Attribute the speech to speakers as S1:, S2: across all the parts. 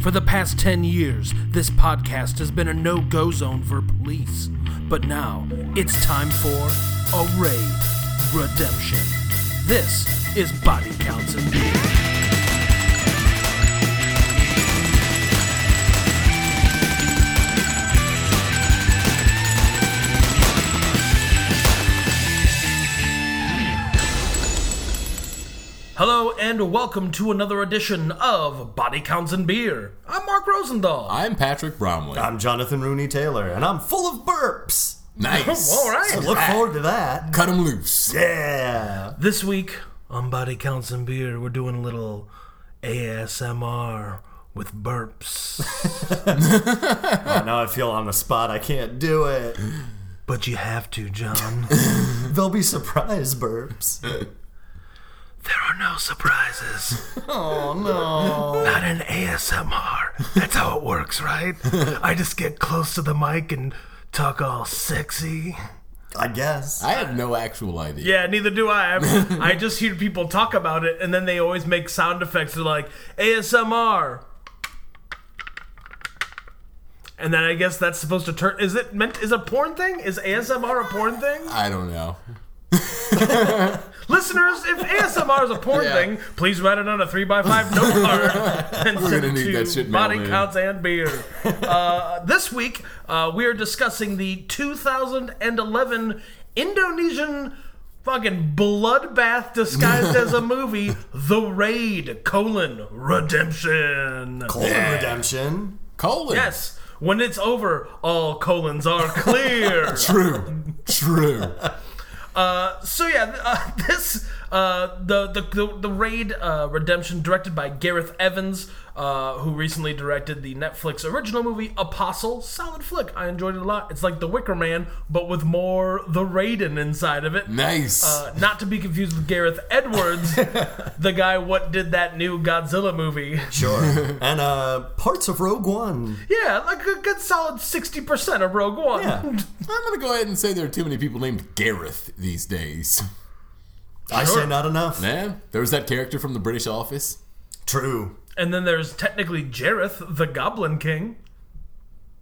S1: For the past 10 years, this podcast has been a no go zone for police. But now, it's time for a raid redemption. This is Body Counts and Beer. Hello and welcome to another edition of Body Counts and Beer. I'm Mark Rosendahl.
S2: I'm Patrick Bromley.
S3: I'm Jonathan Rooney Taylor, and I'm full of burps.
S2: nice.
S1: all right.
S3: So look forward to that.
S2: Cut him loose.
S3: Yeah.
S1: This week on Body Counts and Beer, we're doing a little ASMR with burps.
S3: Oh, now I feel on the spot. I can't do it.
S1: but you have to, John.
S3: They'll be surprise burps.
S1: there are no surprises.
S3: Oh no.
S1: Not an ASMR. That's how it works, right? I just get close to the mic and talk all sexy.
S3: I guess.
S2: I have no actual idea.
S1: Yeah, neither do I. I'm- I just hear people talk about it, and then they always make sound effects. They're like ASMR, and then I guess that's supposed to turn. Is it meant? Is a porn thing? Is ASMR a porn thing?
S2: I don't know.
S1: Listeners, if ASMR is a porn
S2: Yeah.
S1: thing, please write it on a three by five note card and send it
S2: need that
S1: to
S2: shit
S1: Body
S2: mailed in.
S1: Counts and Beer. Uh, this week, uh, we are discussing the 2011 Indonesian fucking bloodbath disguised as a movie, The Raid: colon, Redemption.
S3: Colon redemption.
S2: Colon.
S1: Yes, when it's over, all colons are clear.
S2: True. True.
S1: So yeah, th- uh, this uh, the, the the the raid uh, redemption directed by Gareth Evans, uh, who recently directed the Netflix original movie Apostle. Solid flick. I enjoyed it a lot. It's like The Wicker Man, but with more the Raiden inside of it.
S3: Mm.
S2: Nice.
S1: Uh, not to be confused with Gareth Edwards, the guy what did that new Godzilla movie.
S3: Sure. and uh, parts of Rogue One.
S1: Yeah, like a good solid sixty percent of Rogue One.
S3: Yeah.
S2: I'm gonna go ahead and say there are too many people named Gareth these days.
S3: I
S1: Sure.
S3: say not enough.
S2: Yeah. There was that character from the British Office.
S3: True.
S1: And then there's technically Jareth, the Goblin King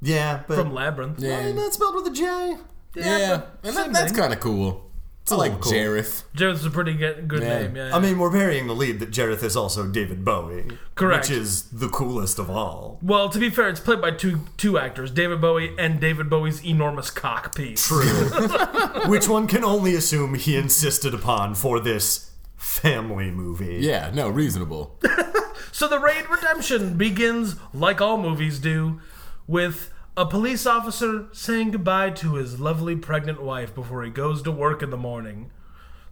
S3: Yeah, but
S1: from Labyrinth.
S3: and
S2: Yeah.
S3: that's spelled with a J.
S2: Yeah. And that, that's kind of cool.
S1: Oh,
S2: It's like
S3: cool.
S2: Jareth.
S1: Jareth's a pretty good, good
S2: Yeah.
S1: name. Yeah, yeah.
S3: I mean, we're burying the lead that Jareth is also David Bowie.
S1: Correct.
S3: Which is the coolest of all.
S1: Well, to be fair, it's played by two two actors, David Bowie and David Bowie's enormous cock piece.
S3: True. which one can only assume he insisted upon for this family movie.
S2: Yeah. No. Reasonable.
S1: So the raid redemption begins, like all movies do, with a police officer saying goodbye to his lovely pregnant wife before he goes to work in the morning.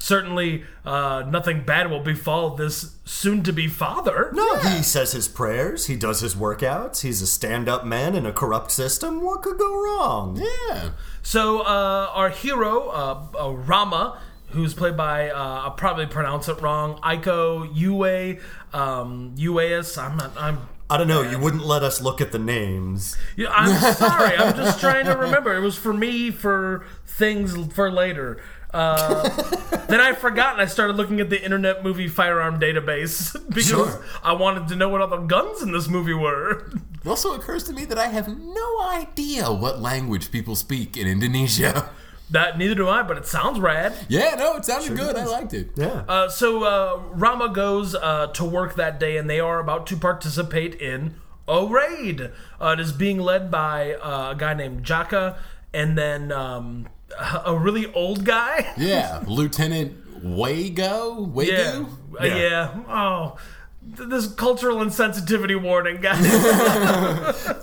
S1: Certainly, uh, nothing bad will befall this soon-to-be father.
S3: No, he says his prayers, he does his workouts, he's a stand up man in a corrupt system. What could go wrong?
S2: Yeah.
S1: So uh, our hero, uh, uh, Rama, who's played by uh, I'll probably pronounce it wrong, Aiko Yue, um, Ueus. I'm not. I'm.
S3: I don't know, you wouldn't let us look at the names.
S1: Yeah, I'm sorry. I'm just trying to remember. It was for me for things for later. Uh, then I forgot and I started looking at the Internet Movie Firearm Database because
S2: Sure.
S1: I wanted to know what all the guns in this movie were.
S2: It also occurs to me that I have no idea what language people speak in Indonesia.
S1: That neither do I, but it sounds rad.
S2: Yeah, no, it sounded good. I liked it.
S3: Yeah.
S1: Uh, so uh, Rama goes uh, to work that day, and they are about to participate in a raid. Uh, it is being led by uh, a guy named Jaka, and then um, a really old guy.
S2: Yeah, Lieutenant Wago? Wago?
S1: Yeah, Uh,
S3: Yeah.
S1: yeah. Oh, th- this cultural insensitivity warning, guys.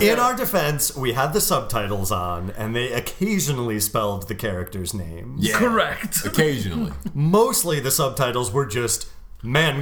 S3: In our defense, we had the subtitles on, and they occasionally spelled the characters' names.
S2: Yeah.
S1: Correct.
S2: Occasionally.
S3: Mostly the subtitles were just man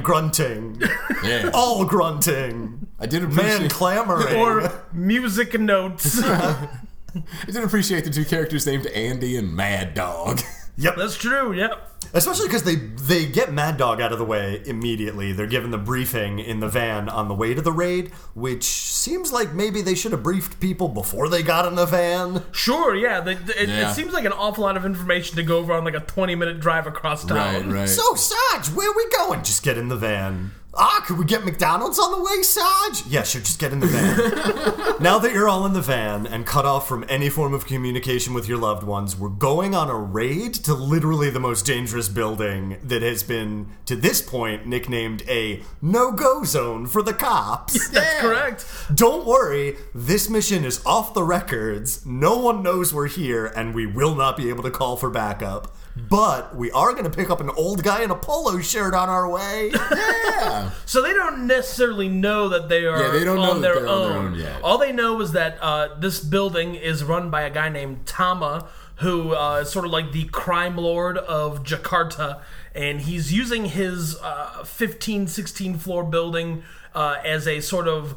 S3: grunting,
S2: Yeah.
S3: all grunting,
S2: I did
S3: man
S2: appreciate
S3: clamoring.
S1: Or music notes.
S2: I did appreciate the two characters named Andy and Mad Dog.
S3: yep.
S1: That's true. Yep.
S3: Especially because they they get Mad Dog out of the way immediately. They're given the briefing in the van on the way to the raid, which seems like maybe they should have briefed people before they got in the van.
S1: Sure, yeah. They, they- it,
S2: Yeah.
S1: it seems like an awful lot of information to go over on like a 20 minute drive across
S2: Right,
S1: town.
S2: right.
S3: So, Sarge, where we going? Just get in the van. Ah, could we get McDonald's on the way, Sarge? Yeah, sure, just get in the van. now that you're all in the van and cut off from any form of communication with your loved ones, we're going on a raid to literally the most dangerous building that has been, to this point, nicknamed a no go zone for the cops.
S1: That's correct.
S3: Don't worry, this mission is off the records. No one knows we're here, and we will not be able to call for backup. But we are going to pick up an old guy in a polo shirt on our way.
S2: yeah.
S1: So they don't necessarily know that they are
S2: Yeah, they don't know
S1: on,
S2: that
S1: their
S2: they're on
S1: own.
S2: their own yet.
S1: All they know is that uh, this building is run by a guy named Tama, who uh, is sort of like the crime lord of Jakarta, and he's using his uh, 15, 16 floor building uh, as a sort of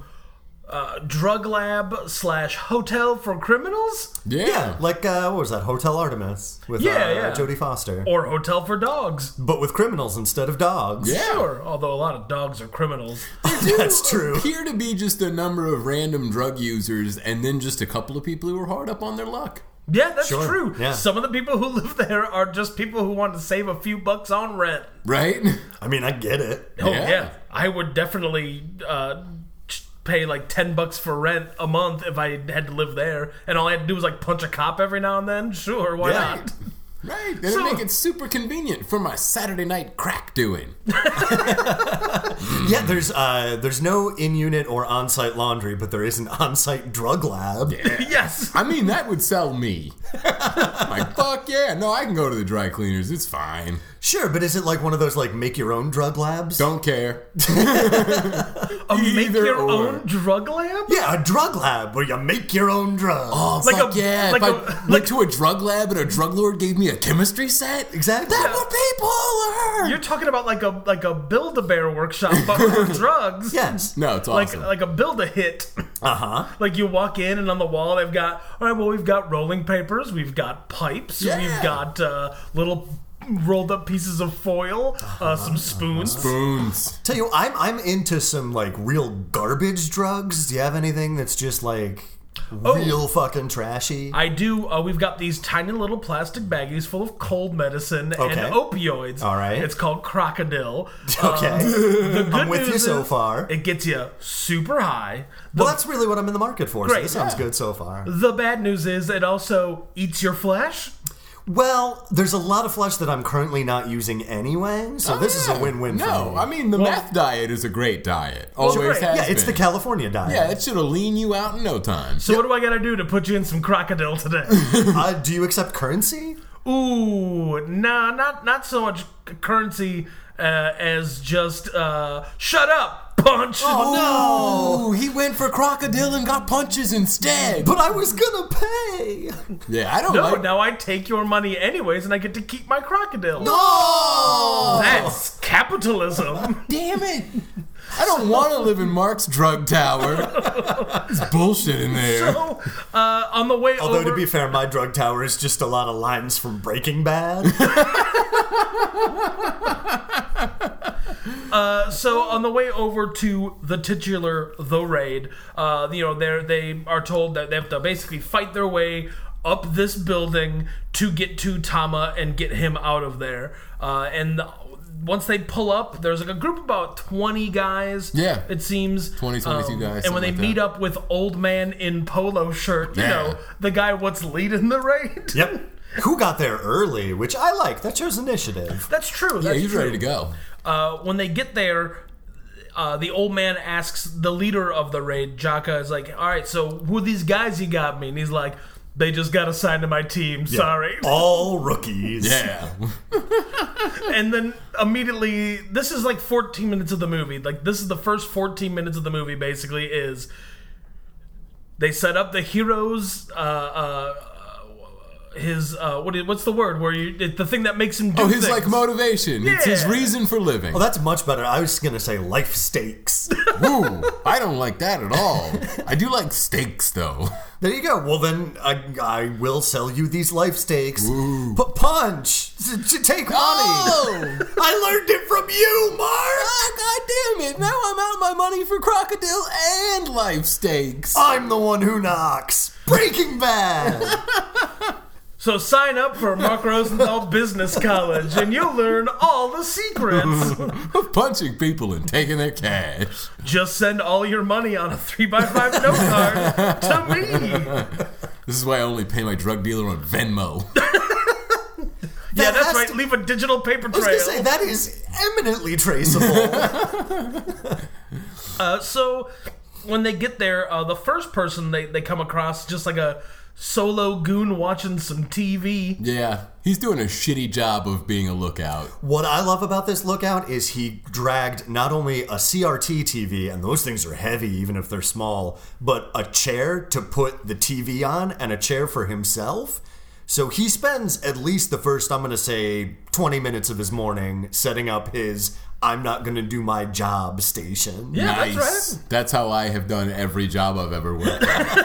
S1: uh, drug lab slash hotel for criminals
S2: Yeah.
S3: yeah, like uh, what was that Hotel Artemis with
S1: Yeah,
S3: uh,
S1: yeah.
S3: Jodie Foster,
S1: or hotel for dogs.
S3: but with criminals instead of dogs.
S2: Yeah.
S1: Sure, although a lot of dogs are criminals.
S3: that's true.
S2: Appear to be just a number of random drug users, and then just a couple of people who are hard up on their luck.
S1: Yeah, that's
S3: Sure,
S1: true.
S3: yeah.
S1: Some of the people who live there are just people who want to save a few bucks on rent.
S2: Right?
S3: I mean, I get it.
S1: Oh
S2: Yeah.
S1: yeah, I would definitely uh, ch- pay like ten bucks for rent a month if I had to live there, and all I had to do was like punch a cop every now and then. Sure, why
S3: Yeah.
S1: not?
S2: Right. And
S1: So-
S2: it make it super convenient for my Saturday night crack doing.
S3: Yeah, there's uh, there's no in-unit or on-site laundry, but there is an on-site drug lab.
S1: yes.
S2: I mean, that would sell me. like, fuck yeah. No, I can go to the dry cleaners. It's fine.
S3: Sure, but is it like one of those like make your own drug labs?
S2: Don't care.
S1: A Uh, make
S2: Either
S1: your
S2: or.
S1: own drug lab.
S3: Yeah, a drug lab where you make your own drugs.
S2: Oh,
S1: Like
S2: fuck
S1: a-
S2: yeah.
S1: like
S2: if I
S1: a- like-
S2: went to a drug lab and a drug lord gave me a chemistry set,
S3: Exactly.
S2: that would be baller.
S1: You're talking about like a like a build a bear workshop, but with drugs.
S3: Yes.
S2: no, it's
S1: Like
S2: awesome.
S1: like a build a hit.
S3: Uh huh.
S1: Like you walk in and on the wall they've got all right. Well, we've got rolling papers, we've got pipes,
S2: Yeah.
S1: we've got uh, little rolled up pieces of foil,
S3: Uh-huh.
S1: uh, some spoons.
S2: Spoons.
S3: Tell you, I'm I'm into some like real garbage drugs. Do you have anything that's just like real fucking trashy?
S1: Oh. I do. Uh, we've got these tiny little plastic baggies full of cold medicine
S3: Okay.
S1: and opioids.
S3: All right.
S1: It's called Crocodile.
S3: okay.
S1: um, The good
S3: I'm with
S1: news
S3: you so
S1: is
S3: far.
S1: It gets you super high. The,
S3: well, that's really what I'm in the market for. so
S1: Great,
S3: this sounds
S2: yeah.
S3: good so far.
S1: the bad news is it also eats your flesh.
S3: Well, there's a lot of flesh that I'm currently not using anyway, so
S1: Oh,
S3: this is a
S2: Yeah.
S3: win-win.
S2: No,
S3: for me.
S2: I mean, the meth diet is a great diet.
S1: sure.
S2: Always has
S3: yeah, it's the
S2: been.
S3: California diet.
S2: Yeah, it should have lean you out in no time.
S1: So what do I gotta do to put you in some crocodile today?
S3: uh, do you accept currency?
S1: Ooh, nah, not not so much c- currency uh, as just uh, shut up, punch.
S3: Oh,
S2: no! He went for crocodile and got punches instead.
S3: But I was gonna pay.
S2: Yeah, I don't
S1: No,
S2: like.
S1: now I take your money anyways, and I get to keep my crocodile.
S2: Oh!
S1: That's capitalism.
S2: Damn it! I don't want to live in Mark's drug tower. There's bullshit in there.
S1: So, uh, on the way
S3: Although
S1: over,
S3: to be fair, my drug tower is just a lot of lines from Breaking Bad.
S1: so on the way over to the titular the raid, uh, you know, they they are told that they have to basically fight their way up this building to get to Tama and get him out of there. Uh, and once they pull up, there's like a group of about twenty guys.
S2: Yeah.
S1: it seems Um,
S2: 20, 22 guys,
S1: And when they
S2: something like
S1: meet
S2: that.
S1: up with old man in polo shirt, you
S2: Yeah.
S1: know, the guy what's leading the raid.
S3: Yep. Who got there early, which I like. That shows initiative.
S1: That's true.
S2: Yeah,
S1: that's
S2: he's
S1: true.
S2: ready to go.
S1: uh, when they get there, uh, the old man asks the leader of the raid, Jaka, is like, "All right, so who these guys you got me?" And he's like, "They just got assigned to my team. Sorry."
S3: Oh. All rookies.
S2: Yeah.
S1: and then immediately, this is like 14 minutes of the movie. Like this is the first 14 minutes of the movie. Basically, is they set up the heroes. Uh, uh, his uh, what? i- What's the word? Where you it- the thing that makes him do
S2: Oh, his
S1: things.
S2: like motivation. It's his
S1: Yeah.
S2: reason for living.
S3: Well, that's much better. I was gonna say life stakes.
S2: Woo! I don't like that at all. I do like steaks though.
S3: there you go. Well, then I, I will sell you these life stakes. P- punch. T- t- take money.
S2: Oh!
S3: I learned it from you, Mark.
S2: Ah, God damn it! Now I'm out my money for crocodile and life stakes.
S1: Oh.
S3: I'm the one who knocks. Breaking Bad.
S1: So sign up for Mark Rosenthal Business College, and you'll learn all the secrets.
S2: Punching people and taking their cash.
S1: Just send all your money on a three by five note card to me.
S2: This is why I only pay my drug dealer on Venmo.
S1: Yeah,
S3: That
S1: that's
S3: has
S1: right.
S3: to-
S1: Leave a digital paper
S3: I was
S1: trail.
S3: gonna say that is eminently traceable.
S1: Uh, so when they get there, uh, the first person they, they come across just like a solo goon watching some TV.
S2: Yeah, he's doing a shitty job of being a lookout.
S3: what I love about this lookout is he dragged not only a CRT TV, and those things are heavy even if they're small, but a chair to put the TV on and a chair for himself. So he spends at least the first, I'm going to say, 20 minutes of his morning setting up his I'm not going to do my job station.
S1: Yeah,
S2: nice.
S1: that's right.
S2: That's how I have done every job I've ever worked. at.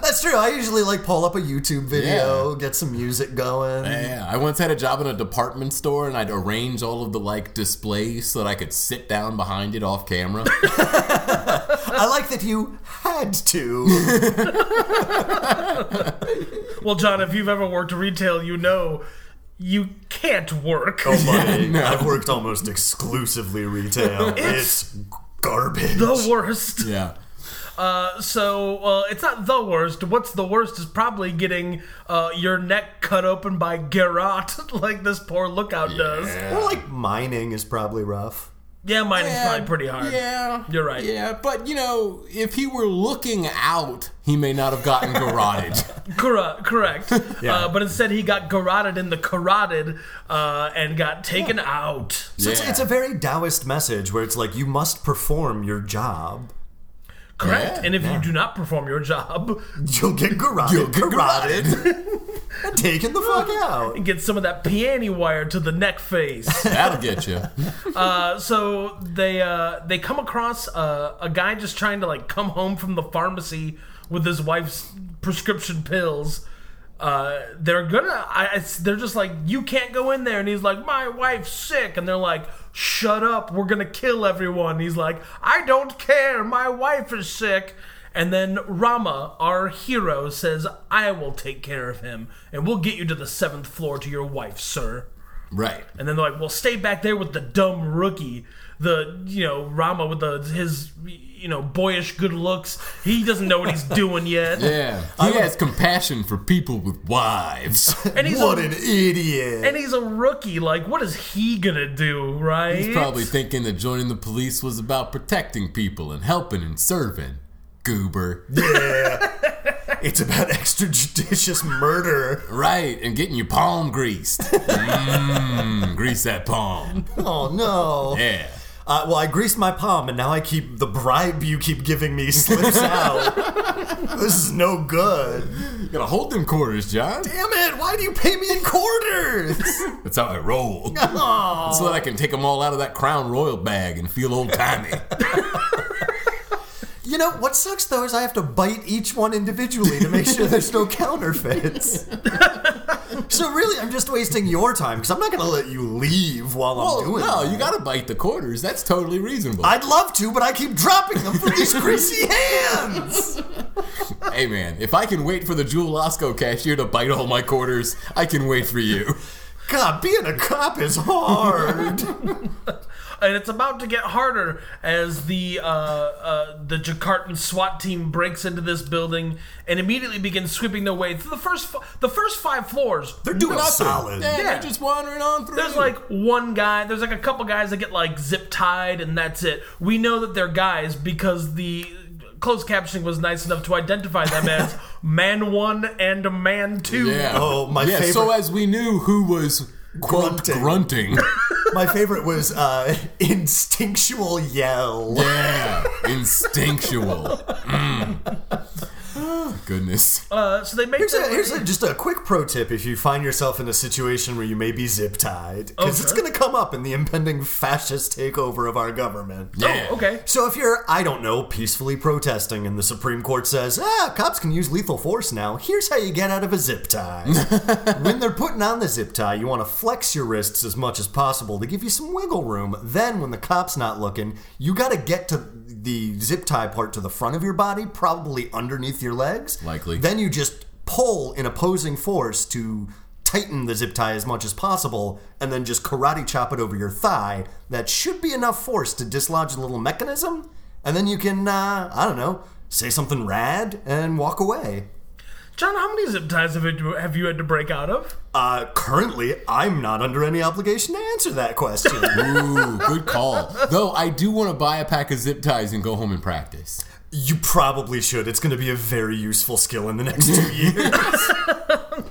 S3: That's true. I usually like pull up a YouTube video, get some music going.
S2: yeah, I once had a job in a department store, and I'd arrange all of the like displays so that I could sit down behind it off camera.
S3: I like that you had to.
S1: Well, John, if you've ever worked retail, you know you can't work.
S3: Buddy, I've worked almost exclusively retail.
S1: It's-
S3: It's, garbage.
S1: The worst.
S2: yeah.
S1: Uh, so uh, it's not the worst. What's the worst is probably getting uh, your neck cut open by Garrot, like this poor lookout does.
S3: Or like mining is probably rough.
S1: Yeah, mining's
S2: Yeah,
S1: probably pretty hard.
S2: Yeah.
S1: You're right.
S2: Yeah, but you know, if he were looking out, he may not have gotten garroted.
S1: Cor- correct.
S3: Yeah.
S1: uh, but instead, he got garroted in the carotid uh, and got taken out.
S3: So it's,
S2: Yeah.
S3: it's a very Taoist message where it's like you must perform your job.
S1: Correct.
S2: Yeah,
S1: and if you do not perform your job,
S3: You'll get garroted.
S2: You'll get garroted.
S3: and taken the fuck out.
S1: get some of that peony wire to the neck face.
S2: That'll get you.
S1: uh, so they uh, they come across uh, a guy just trying to like come home from the pharmacy with his wife's prescription pills. Uh, they're gonna. I, it's, they're just like, you can't go in there. And he's like, my wife's sick. And they're like, shut up. We're gonna kill everyone. He's like, I don't care. My wife is sick. And then Rama, our hero, says, I will take care of him, and we'll get you to the seventh floor to your wife, sir.
S2: Right.
S1: And then they're like, "Well, stay back there with the dumb rookie, the you know Rama with the his you know boyish good looks. He doesn't know what he's doing yet."
S2: Yeah. He has compassion for people with wives.
S1: And he's
S3: What
S1: a,
S3: an idiot.
S1: and he's a rookie. Like, what is he gonna do, right?
S2: He's probably thinking that joining the police was about protecting people and helping and serving. Goober.
S3: It's about extrajudicious murder.
S2: Right, and getting your palm greased. Mmm, grease that palm.
S3: Oh no.
S2: Yeah.
S3: Uh, well, I greased my palm, and now I keep the bribe you keep giving me slips out. this is no good.
S2: You gotta hold them quarters, John.
S3: Damn it! Why do you pay me in quarters?
S2: That's how I roll.
S3: Aw.
S2: So that I can take them all out of that Crown Royal bag and feel old timey.
S3: You know what sucks though is I have to bite each one individually to make sure there's no counterfeits. so really, I'm just wasting your time because I'm not gonna let you leave while
S2: Well,
S3: I'm doing.
S2: no,
S3: that.
S2: you gotta bite the quarters. That's totally reasonable.
S3: I'd love to, but I keep dropping them from these greasy hands.
S2: hey man, if I can wait for the Jewel Osco cashier to bite all my quarters, I can wait for you.
S3: God, being a cop is hard.
S1: and it's about to get harder as the uh, uh, the Jakartan SWAT team breaks into this building and immediately begins sweeping their way through the first fo- the first five floors.
S3: They're doing
S2: Nothing.
S3: solid.
S2: Yeah,
S1: Yeah.
S2: they're just wandering on through.
S1: There's like one guy. There's like a couple guys that get like zip tied, and that's it. We know that they're guys because the closed captioning was nice enough to identify them as man one and man two.
S2: Yeah.
S3: Oh, my
S2: yeah, So
S3: favorite-
S2: as we knew who was quote
S3: Grunting.
S2: grunting.
S3: My favorite was uh, instinctual yell.
S2: yeah. Instinctual. Mm. goodness.
S1: Uh, so they make
S3: Here's,
S1: their
S3: a, here's
S1: way-
S3: a, just a quick pro tip if you find yourself in a situation where you may be zip tied, because it's
S1: Okay.
S3: going to come up in the impending fascist takeover of our government.
S2: Yeah.
S1: Oh, okay.
S3: So if you're, I don't know, peacefully protesting and the Supreme Court says, ah, cops can use lethal force now, here's how you get out of a zip tie. when they're putting on the zip tie, you want to flex your wrists as much as possible to give you some wiggle room. Then when the cop's not looking, you got to get to the zip tie part to the front of your body, probably underneath your legs.
S2: Likely.
S3: Then you just pull in opposing force to tighten the zip tie as much as possible and then just karate chop it over your thigh. That should be enough force to dislodge a little mechanism. And then you can, uh, I don't know, say something rad and walk away.
S1: John, how many zip ties have you, have you had to break out of?
S3: Uh, currently, I'm not under any obligation to answer that question.
S2: Ooh, good call. Though I do want to buy a pack of zip ties and go home and practice.
S3: you probably should. It's going to be a very useful skill in the next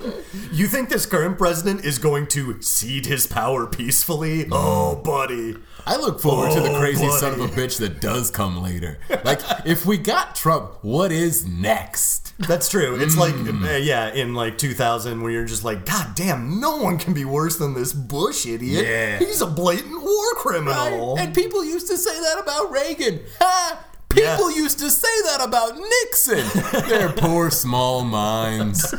S3: two years. you think this current president is going to cede his power peacefully? Oh, buddy.
S2: I look forward to the
S3: Oh,
S2: crazy
S3: buddy.
S2: son of a bitch that does come later. Like, if we got Trump, what is next?
S3: That's true. It's
S2: Mm.
S3: like, uh, yeah, in like 2000, where you're just like, God damn, no one can be worse than this Bush idiot.
S2: Yeah.
S3: He's a blatant war criminal.
S2: And people used to say that about Reagan. Ha! People
S3: Yeah.
S2: used to say that about Nixon. Their poor small minds.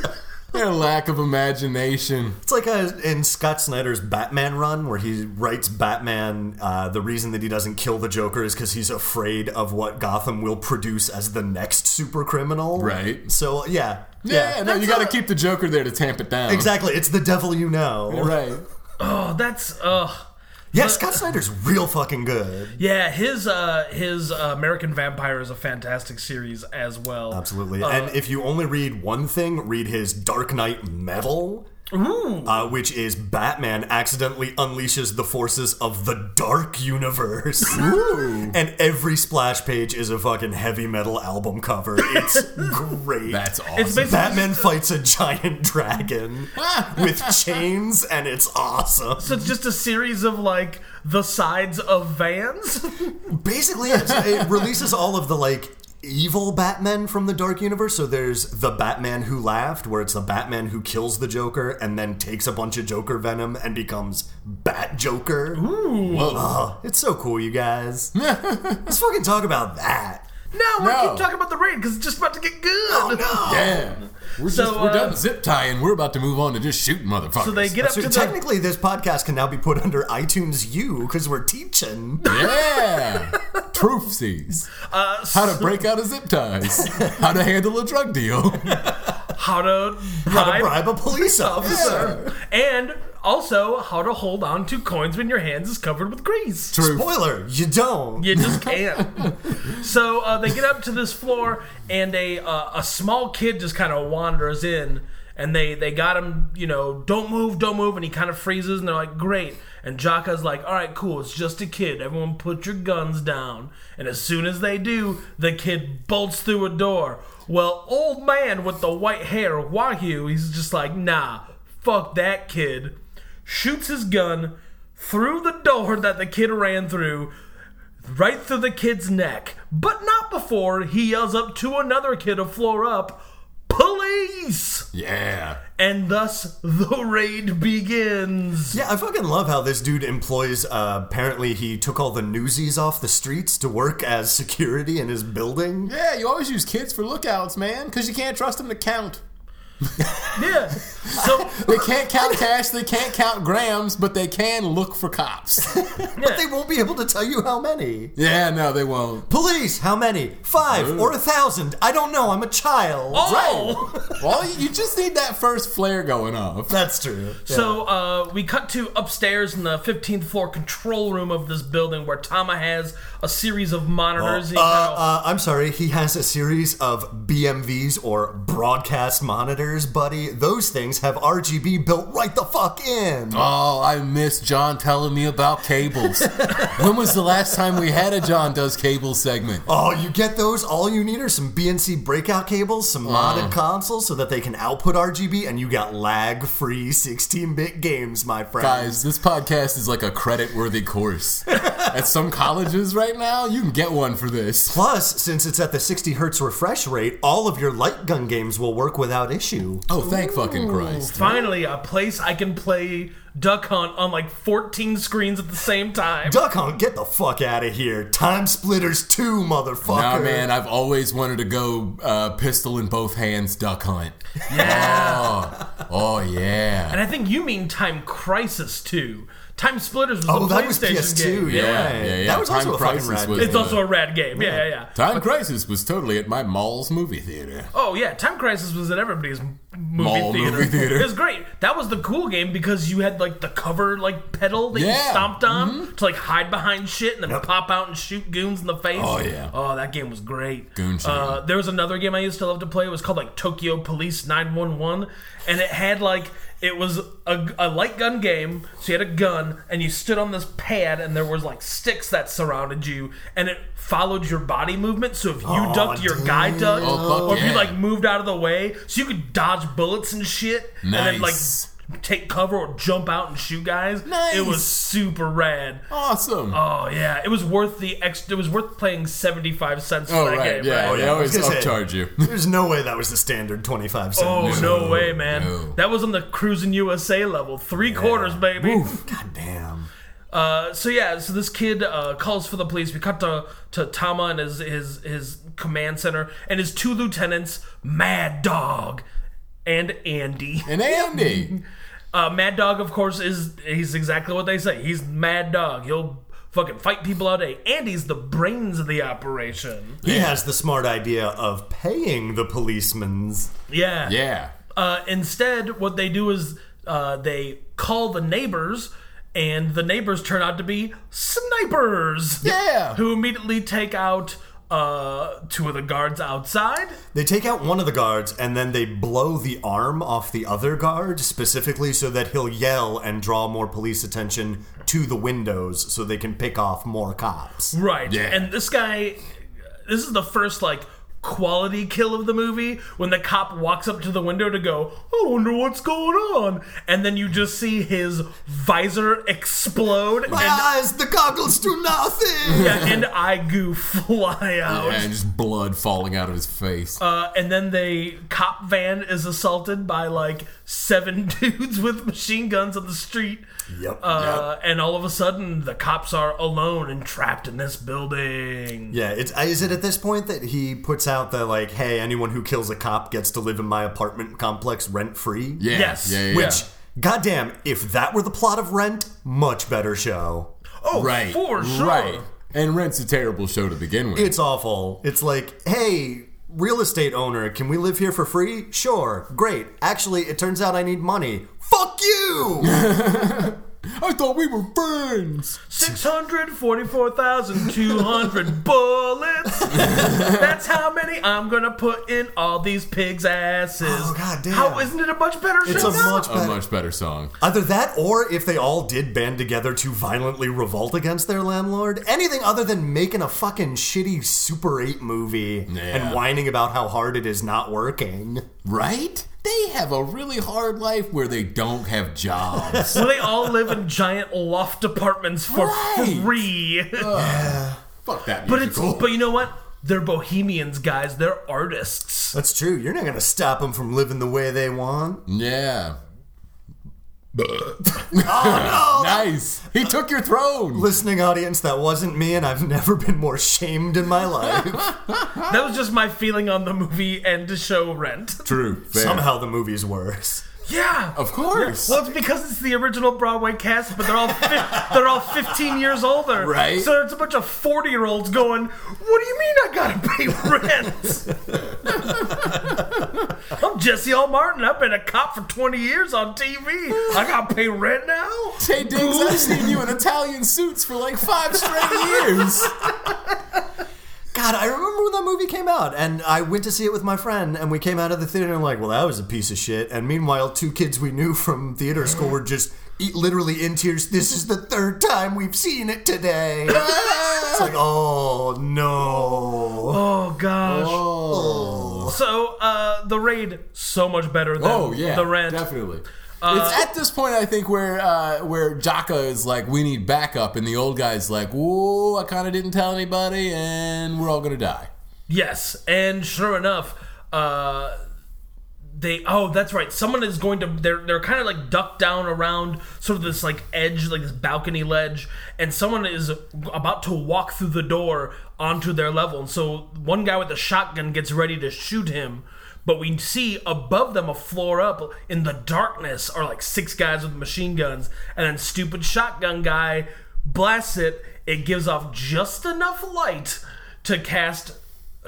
S2: Their lack of imagination.
S3: It's like uh in Scott Snyder's Batman run, where he writes Batman. Uh, the reason that he doesn't kill the Joker is because he's afraid of what Gotham will produce as the next super criminal.
S2: Right.
S3: So, yeah.
S2: Yeah,
S3: Yeah.
S2: no, you
S1: that's
S2: got to
S1: a-
S2: keep the Joker there to tamp it down.
S3: Exactly. It's the devil you know.
S2: Right.
S1: Oh, that's uh
S3: Yeah, Scott Snyder's real fucking good.
S1: yeah, his uh his uh, American Vampire is a fantastic series as well.
S3: Absolutely.
S2: Uh,
S3: and if you only read one thing, read his Dark Knight Metal.
S1: Hmm.
S3: Uh, which is Batman accidentally unleashes the forces of the dark universe. and every splash page is a fucking heavy metal album cover. It's great.
S2: That's awesome.
S1: It's basically
S3: Batman fights a giant dragon with chains, and it's awesome.
S1: so it's just a series of like the sides of vans.
S3: basically it's, it releases all of the like evil batman from the dark universe so there's the batman who laughed where it's the batman who kills the joker and then takes a bunch of joker venom and becomes bat joker
S2: Whoa.
S3: oh, it's so cool you guys let's fucking talk about that
S1: No, we're
S2: No.
S1: keep talking about the raid because it's just about to get good.
S3: Oh, no
S2: Yeah. We're,
S1: So,
S2: just, we're
S1: uh,
S2: done zip tying. We're about to move on to just shooting motherfuckers.
S1: So they get
S3: So
S1: up to the
S3: technically, this podcast can now be put under iTunes U because we're teaching.
S2: Yeah. Truthsies.
S1: Uh,
S2: how to break out of zip ties. how to handle a drug deal.
S1: how to bribe,
S3: How to bribe a police officer.
S1: and also how to hold on to coins when your hands is covered with grease.
S2: Truth.
S3: Spoiler: you don't.
S1: You just can't. so uh, they get up to this floor, and a uh, a small kid just kind of wanders in, and they they got him. You know, don't move, don't move, and he kind of freezes, and they're like, great. And Jaka's like, all right, cool, it's just a kid. Everyone, put your guns down. And as soon as they do, the kid bolts through a door. Well, old man with the white hair, Wahyu, he's just like, nah, fuck that kid. Shoots his gun through the door that the kid ran through, right through the kid's neck, but not before he yells up to another kid a floor up, Police!
S2: Yeah.
S1: And thus the raid begins.
S3: Yeah, I fucking love how this dude employs. Uh, apparently, he took all the newsies off the streets to work as security in his building.
S2: Yeah, you always use kids for lookouts, man, because you can't trust them to count.
S1: Yeah. So,
S2: They can't count cash, they can't count grams, but they can look for cops.
S3: But they won't be able to tell you how many.
S2: Yeah, no, they won't.
S3: Police, how many? Five or a thousand? I don't know. I'm a child.
S1: oh!
S2: Well, you just need that first flare going off.
S3: That's true. Yeah.
S1: So uh, we cut to upstairs in the 15th floor control room of this building where Tama has a series of monitors.
S3: Oh, Uh, uh, I'm sorry. He has a series of BMVs or broadcast monitors wires, buddy. Those things have RGB built right the fuck in.
S2: Oh, I miss John telling me about cables. when was the last time we had a John Does Cable segment?
S3: Oh, you get those? All you need are some BNC breakout cables,
S2: Mm.
S3: some modded consoles so that they can output RGB, and you got lag free 16 bit games, my friend.
S2: Guys, this podcast is like a credit worthy course. At some colleges right now, you can get one for this.
S3: Plus, since it's at the 60 hertz refresh rate, all of your light gun games will work without issue.
S2: Oh, thank fucking Christ.
S1: Finally, a place I can play Duck Hunt on like 14 screens at the same time.
S3: Duck Hunt, get the fuck out of here. Time Splitters 2, motherfucker.
S2: Nah, man, I've always wanted to go uh, pistol in both hands duck hunt. Oh, oh yeah.
S1: and I think you mean Time Crisis too. Time Splitters was
S3: Oh,
S1: a
S3: that was
S1: PlayStation
S3: PS2.
S1: game.
S3: you're
S2: Yeah,
S3: right.
S2: yeah, yeah.
S3: That was
S2: Time
S3: also a fucking
S2: Crisis
S3: rad
S2: was-
S3: game.
S1: It's also a rad game. Yeah, yeah, yeah.
S2: Time Crisis was totally at my mall's movie theater.
S1: Oh yeah, Time Crisis was at everybody's m- movie
S2: Mall
S1: theater.
S2: movie theater.
S1: It was great. That was the cool game because you had like the cover like pedal that you
S2: Yeah. Mm-hmm.
S1: stomped on to like hide behind shit and then pop out and shoot goons in the face.
S2: Oh, yeah.
S1: Oh, that game was great.
S2: Goon shooting.
S1: Uh, there was another game I used to love to play. It was called like Tokyo Police 911, and it had like it was a, a light gun game. So you had a gun, and you stood on this pad, and there was like sticks that surrounded you, and it followed your body movement. So if you ducked, your guy ducked,
S2: Oh, fuck
S1: or if you
S2: yeah.
S1: like moved out of the way, so you could dodge bullets and shit, and then
S2: Nice.
S1: like take cover or jump out and shoot guys.
S2: Nice.
S1: It was super rad.
S2: Awesome.
S1: Oh yeah, it was worth the ex. It was worth playing seventy five cents for
S2: oh,
S1: that
S2: right,
S1: game.
S2: yeah.
S1: right?
S2: They
S3: I
S2: always
S3: was gonna say-
S2: upcharge you.
S3: There's no way that was the standard 25 cent.
S1: Oh no,
S2: No,
S1: way, man!
S2: no.
S1: That was on the cruising USA level, three quarters, baby.
S3: God damn.
S1: Uh, so yeah, so this kid uh, calls for the police. We cut to, to Tama and his, his his command center and his two lieutenants, Mad Dog and Andy.
S2: And Andy.
S1: Uh, Mad Dog, of course, is he's exactly what they say. He's Mad Dog. He'll fucking fight people all day. Andy's the brains of the operation.
S3: He has the smart idea of paying the policemen's.
S1: Yeah.
S2: Yeah.
S1: Uh, instead, what they do is uh, they call the neighbors, and the neighbors turn out to be snipers.
S2: Yeah.
S1: Who immediately take out uh, two of the guards outside.
S3: They take out one of the guards and then they blow the arm off the other guard specifically so that he'll yell and draw more police attention to the windows so they can pick off more cops.
S1: Right.
S2: Yeah.
S1: And this guy, this is the first, like, quality kill of the movie when the cop walks up to the window to go, I wonder what's going on. And then you just see his visor explode
S3: My
S1: and,
S3: eyes, the goggles do nothing!
S1: and eye goo fly out.
S2: And just blood falling out of his face.
S1: Oh, Uh, and then the cop van is assaulted by like seven dudes with machine guns on the street.
S3: Yep.
S1: Uh, And all of a sudden, the cops are alone and trapped in this building.
S3: yeah, it's, uh, is it at this point that he puts out the, like, hey, anyone who kills a cop gets to live in my apartment complex rent free?
S2: yeah.
S1: yes.
S2: Yeah, yeah.
S3: Which, goddamn, if that were the plot of Rent, much better show.
S1: Oh,
S2: right.
S1: for sure.
S2: Right. And Rent's a terrible show to begin with.
S3: It's awful. It's like, hey, real estate owner, can we live here for free? Sure, great. Actually, it turns out I need money. Fuck you!
S2: I thought we were friends.
S1: Six hundred forty-four thousand two hundred bullets. That's how many I'm gonna put in all these pigs' asses.
S3: Oh, goddamn.
S1: How isn't it a much better
S3: It's
S1: show?
S3: a
S1: now?
S3: much
S2: A
S3: better.
S2: much better song.
S3: Either that, or if they all did band together to violently revolt against their landlord, anything other than making a fucking shitty Super 8 movie
S2: Yeah.
S3: and whining about how hard it is not working.
S2: Right? They have a really hard life where they don't have jobs.
S1: So they all live in giant loft apartments for
S2: Right.
S1: free.
S2: Fuck that
S1: But it's
S2: musical.
S1: but you know what? They're bohemians, guys. They're artists.
S3: That's true. You're not gonna stop them from living the way they want.
S2: yeah.
S3: Oh no!
S2: Nice. He took your throne.
S3: Listening audience, that wasn't me, and I've never been more shamed in my life.
S1: That was just my feeling on the movie and to show Rent.
S2: True. Fair.
S3: Somehow the movie's worse.
S1: Yeah.
S2: Of course.
S1: Well, it's because it's the original Broadway cast, but they're all fi- they're all 15 years older.
S2: Right.
S1: So it's a bunch of 40 year olds going, "What do you mean I gotta pay rent?" I'm Jesse L. Martin. I've been a cop for 20 years on TV. I gotta pay rent now.
S2: Hey, Diggs, I've seen you in Italian suits for like five straight years.
S3: God, I remember when that movie came out, and I went to see it with my friend, and we came out of the theater and like, well, that was a piece of shit. And meanwhile, two kids we knew from theater school were just e- literally in tears. This is the third time we've seen it today. it's like, oh no.
S1: Oh gosh. So uh, the raid so much better than
S2: Oh yeah,
S1: the Uh, rent.
S2: definitely. it's at this point I think where uh, where Jaka is like, we need backup, and the old guy's like, whoa, I kind of didn't tell anybody, and we're all gonna die.
S1: Yes, and sure enough, uh, they oh that's right. Someone is going to they're they're kind of like ducked down around sort of this like edge, like this balcony ledge, and someone is about to walk through the door onto their level. And so one guy with a shotgun gets ready to shoot him. But we see above them a floor up in the darkness are like six guys with machine guns, and then stupid shotgun guy blasts it. It gives off just enough light to cast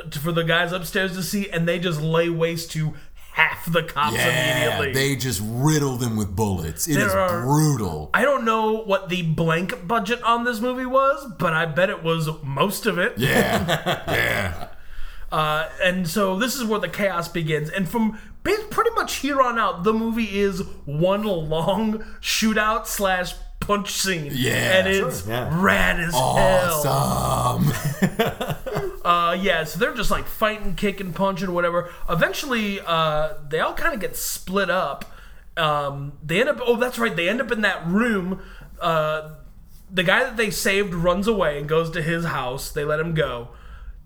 S1: to, for the guys upstairs to see, and they just lay waste to half the cops
S2: Yeah,
S1: immediately.
S2: they just riddle them with bullets. It is
S1: There are-
S2: brutal.
S1: I don't know what the blank budget on this movie was, but I bet it was most of it.
S2: yeah, yeah.
S1: Uh, and so this is where the chaos begins. And from ba- pretty much here on out, the movie is one long shootout slash punch scene.
S2: Yeah.
S1: and it's
S3: yeah.
S1: rad as hell.
S2: Awesome.
S1: Uh, yeah, so they're just like fighting, kicking, punching, whatever. Eventually, uh, they all kind of get split up. Um, they end up. Oh, that's right. They end up in that room. Uh, the guy that they saved runs away and goes to his house. They let him go.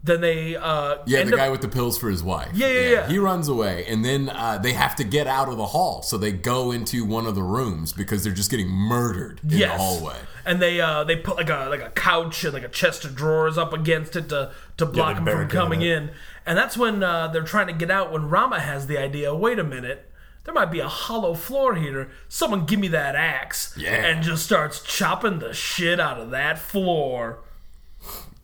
S1: Then they uh,
S2: Yeah,
S1: end
S2: the
S1: up-
S2: guy with the pills for his wife.
S1: Yeah, yeah, yeah.
S2: He runs away, and then uh, they have to get out of the hall, so they go into one of the rooms because they're just getting murdered in the hallway.
S1: And they uh, they put like a like a couch and like a chest of drawers up against it to to block them from
S3: barricaded
S1: coming
S3: it.
S1: in. And that's when uh, they're trying to get out. When Rama has the idea, wait a minute, there might be a hollow floor here. Someone give me that axe.
S2: Yeah.
S1: And just starts chopping the shit out of that floor.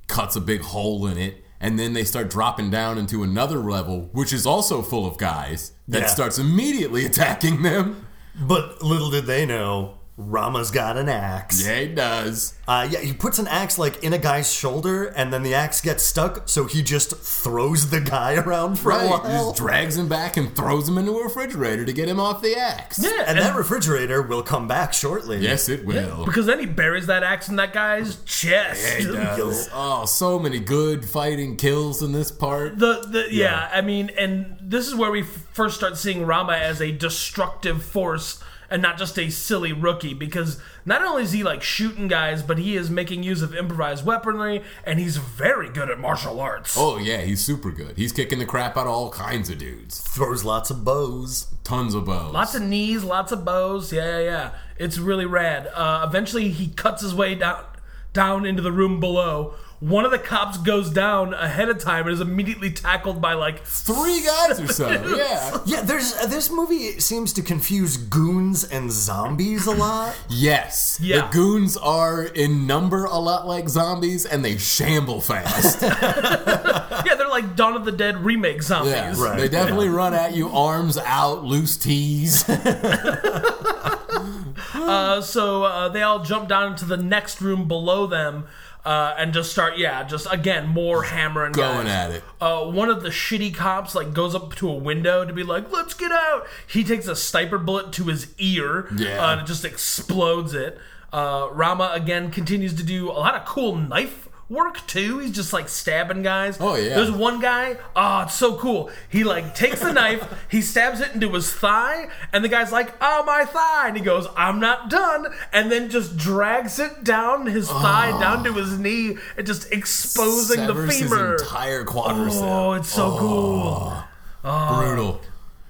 S2: Cuts a big hole in it, and then they start dropping down into another level, which is also full of guys that
S3: Yeah.
S2: starts immediately attacking them.
S3: But little did they know, Rama's got an axe.
S2: Yeah, he does.
S1: Oh,
S3: Uh, yeah, he puts an axe like in a guy's shoulder, and then the axe gets stuck, so he just throws the guy around for a
S2: Right,
S3: while.
S2: just drags him back and throws him into a refrigerator to get him off the axe.
S1: Yeah.
S3: and that refrigerator will come back shortly.
S2: Yes, it will.
S1: because then he buries that axe in that guy's chest.
S2: Yeah, he does. Oh, so many good fighting kills in this part.
S1: The, the yeah. I mean, and this is where we f- first start seeing Rama as a destructive force and not just a silly rookie because not only is he like shooting guys, but he is making use of improvised weaponry and he's very good at martial arts.
S2: Oh yeah, he's super good. He's kicking the crap out of all kinds of dudes.
S3: Throws lots of bows.
S2: Tons of bows.
S1: Lots of knees, lots of bows. Yeah, yeah, yeah. It's really rad. Uh, eventually, he cuts his way down down into the room below. One of the cops goes down ahead of time and is immediately tackled by like
S2: three guys or so. Yeah.
S3: Yeah, there's uh, this movie seems to confuse goons and zombies a lot.
S2: Yes.
S1: Yeah.
S2: The goons are in number a lot like zombies, and they shamble fast.
S1: yeah, they're like Dawn of the Dead remake zombies.
S2: yeah.
S3: Right,
S2: They definitely run at you, arms out, loose tees.
S1: Uh, so uh, they all jump down into the next room below them uh, and just start, yeah, just again more hammering,
S2: Going
S1: guys.
S2: at it.
S1: Uh, one of the shitty cops like goes up to a window to be like, "Let's get out." He takes a sniper bullet to his ear,
S2: Yeah.
S1: uh, and it just explodes it. Uh, Rama again continues to do a lot of cool knife work too. He's just like stabbing guys.
S2: Oh, yeah.
S1: There's one guy, ah, it's so cool. He like takes the knife, he stabs it into his thigh, and the guy's like, "Oh, my thigh!" And he goes, "I'm not done," and then just drags it down his thigh down to his knee, and just exposing the
S2: Ah. Severs his
S1: femur.
S2: entire quadricep.
S1: Oh, it's so cool.
S2: Brutal.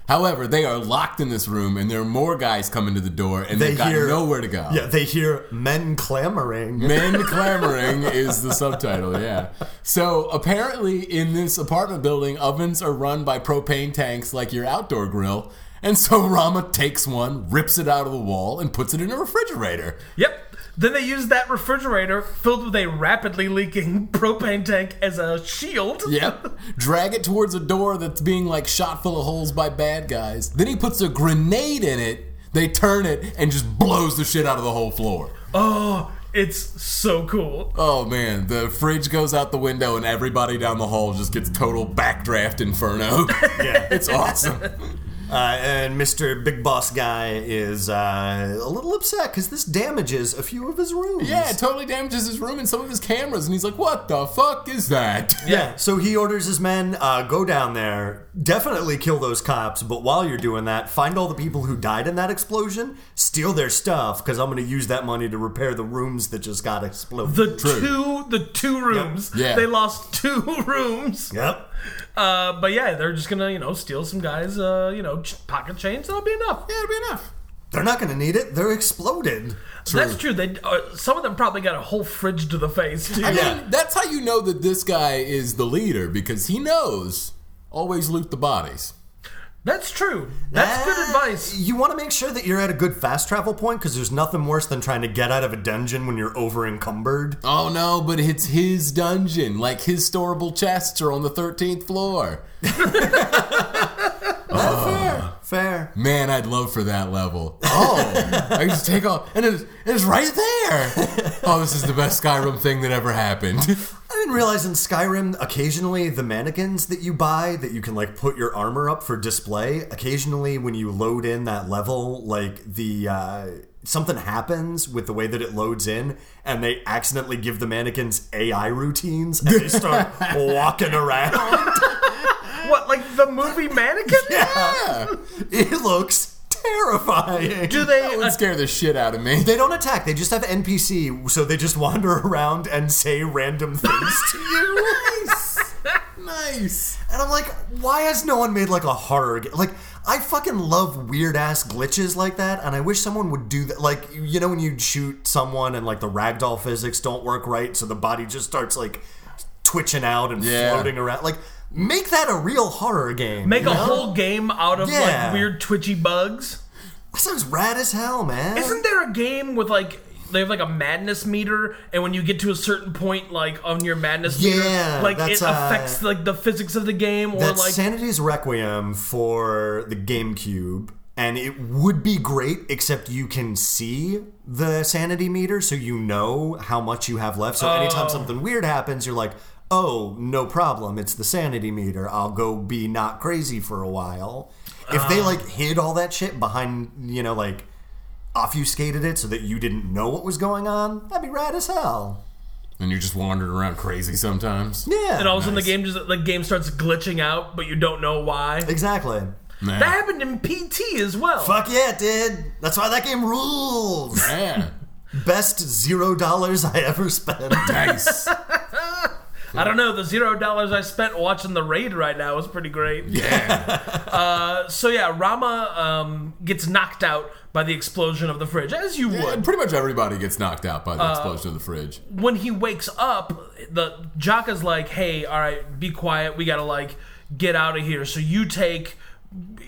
S2: However, they are locked in this room, and there are more guys coming to the door, and
S3: They
S2: they've got
S3: hear-
S2: nowhere to go.
S3: Yeah, they hear men clamoring.
S2: Men clamoring is the subtitle, yeah. So apparently, in this apartment building, ovens are run by propane tanks like your outdoor grill. And so Rama takes one, rips it out of the wall, and puts it in a refrigerator.
S1: Yep. Then they use that refrigerator filled with a rapidly leaking propane tank as a shield.
S2: Yep. Drag it towards a door that's being like shot full of holes by bad guys. Then he puts a grenade in it. They turn it and just blows the shit out of the whole floor.
S1: Oh, It's so cool.
S2: Oh man, the fridge goes out the window and everybody down the hall just gets total backdraft inferno.
S3: Yeah.
S2: it's awesome.
S3: Uh, and Mr. Big Boss Guy is uh, a little upset because this damages a few of his rooms.
S2: Yeah, it totally damages his room and some of his cameras, and he's like, "What the fuck is that?"
S3: Yeah, so he orders his men uh, go down there, definitely kill those cops, but while you're doing that, find all the people who died in that explosion, steal their stuff, because I'm going to use that money to repair the rooms that just got exploded.
S1: The two the two rooms.
S2: Yeah.
S1: They lost two rooms.
S3: yep.
S1: Uh, but yeah, they're just gonna you know steal some guys uh, you know ch- pocket change. That'll be enough.
S2: Yeah, it'd be enough.
S3: They're not going to need it, they're exploded.
S1: That's true. They uh, some of them probably got a whole fridge to the face too.
S2: I
S3: Yeah.
S2: mean, that's how you know that this guy is the leader because he knows always loot the bodies.
S1: That's true. That's
S3: Uh,
S1: good advice.
S3: You want to make sure that you're at a good fast travel point, because there's nothing worse than trying to get out of a dungeon when you're over encumbered.
S2: Oh no, but it's his dungeon. Like his storable chests are on the 13th floor.
S1: Ah.
S3: Fair.
S2: Man, I'd love for that level. Oh, I can just take off, and it's, it's right there. Oh, this is the best Skyrim thing that ever happened.
S3: I didn't realize in Skyrim, occasionally the mannequins that you buy that you can like put your armor up for display, occasionally when you load in that level, like the uh, something happens with the way that it loads in, and they accidentally give the mannequins AI routines, and they start walking around.
S1: What like the movie Mannequin?
S2: Yeah.
S3: It looks terrifying.
S1: Do they?
S2: That would scare the shit out of me.
S3: They don't attack. They just have NPC, so they just wander around and say random things to you.
S2: Nice. Nice.
S3: And I'm like, why has no one made like a horror? G-? Like, I fucking love weird ass glitches like that, and I wish someone would do that. Like, you know, when you shoot someone and like the ragdoll physics don't work right, so the body just starts like twitching out and
S2: Yeah.
S3: floating around. Like, make that a real horror game.
S1: Make
S3: you
S1: a
S3: know?
S1: whole game out of
S3: Yeah.
S1: like weird twitchy bugs.
S3: That sounds rad as hell, man.
S1: Isn't there a game with like they have like a madness meter, and when you get to a certain point, like on your madness
S3: Yeah,
S1: meter, like it
S3: that's, uh,
S1: affects like the physics of the game, or
S3: That's
S1: like
S3: Sanity's Requiem for the GameCube, and it would be great, except you can see the sanity meter, so you know how much you have left. So
S1: Oh.
S3: anytime something weird happens, you're like, oh, no problem. It's the sanity meter. I'll go be not crazy for a while. If
S1: Ah.
S3: they like hid all that shit behind, you know, like obfuscated it so that you didn't know what was going on, that'd be rad as hell.
S2: And you're just wandering around crazy sometimes.
S3: Yeah.
S1: and all of a sudden the game just the game starts glitching out, but you don't know why.
S3: exactly.
S2: Man.
S1: That happened in PT as well.
S3: Fuck yeah, it did. That's why that game rules.
S2: Yeah.
S3: Best zero dollars I ever spent.
S2: Nice.
S1: I don't know. The zero dollars I spent watching the raid right now was pretty great.
S2: Yeah.
S1: So yeah, Rama um, gets knocked out by the explosion of the fridge, as you would.
S2: And pretty much everybody gets knocked out by the
S1: Uh,
S2: explosion of the fridge.
S1: when he wakes up, the Jaka's like, "Hey, all right, be quiet. We gotta like get out of here." So you take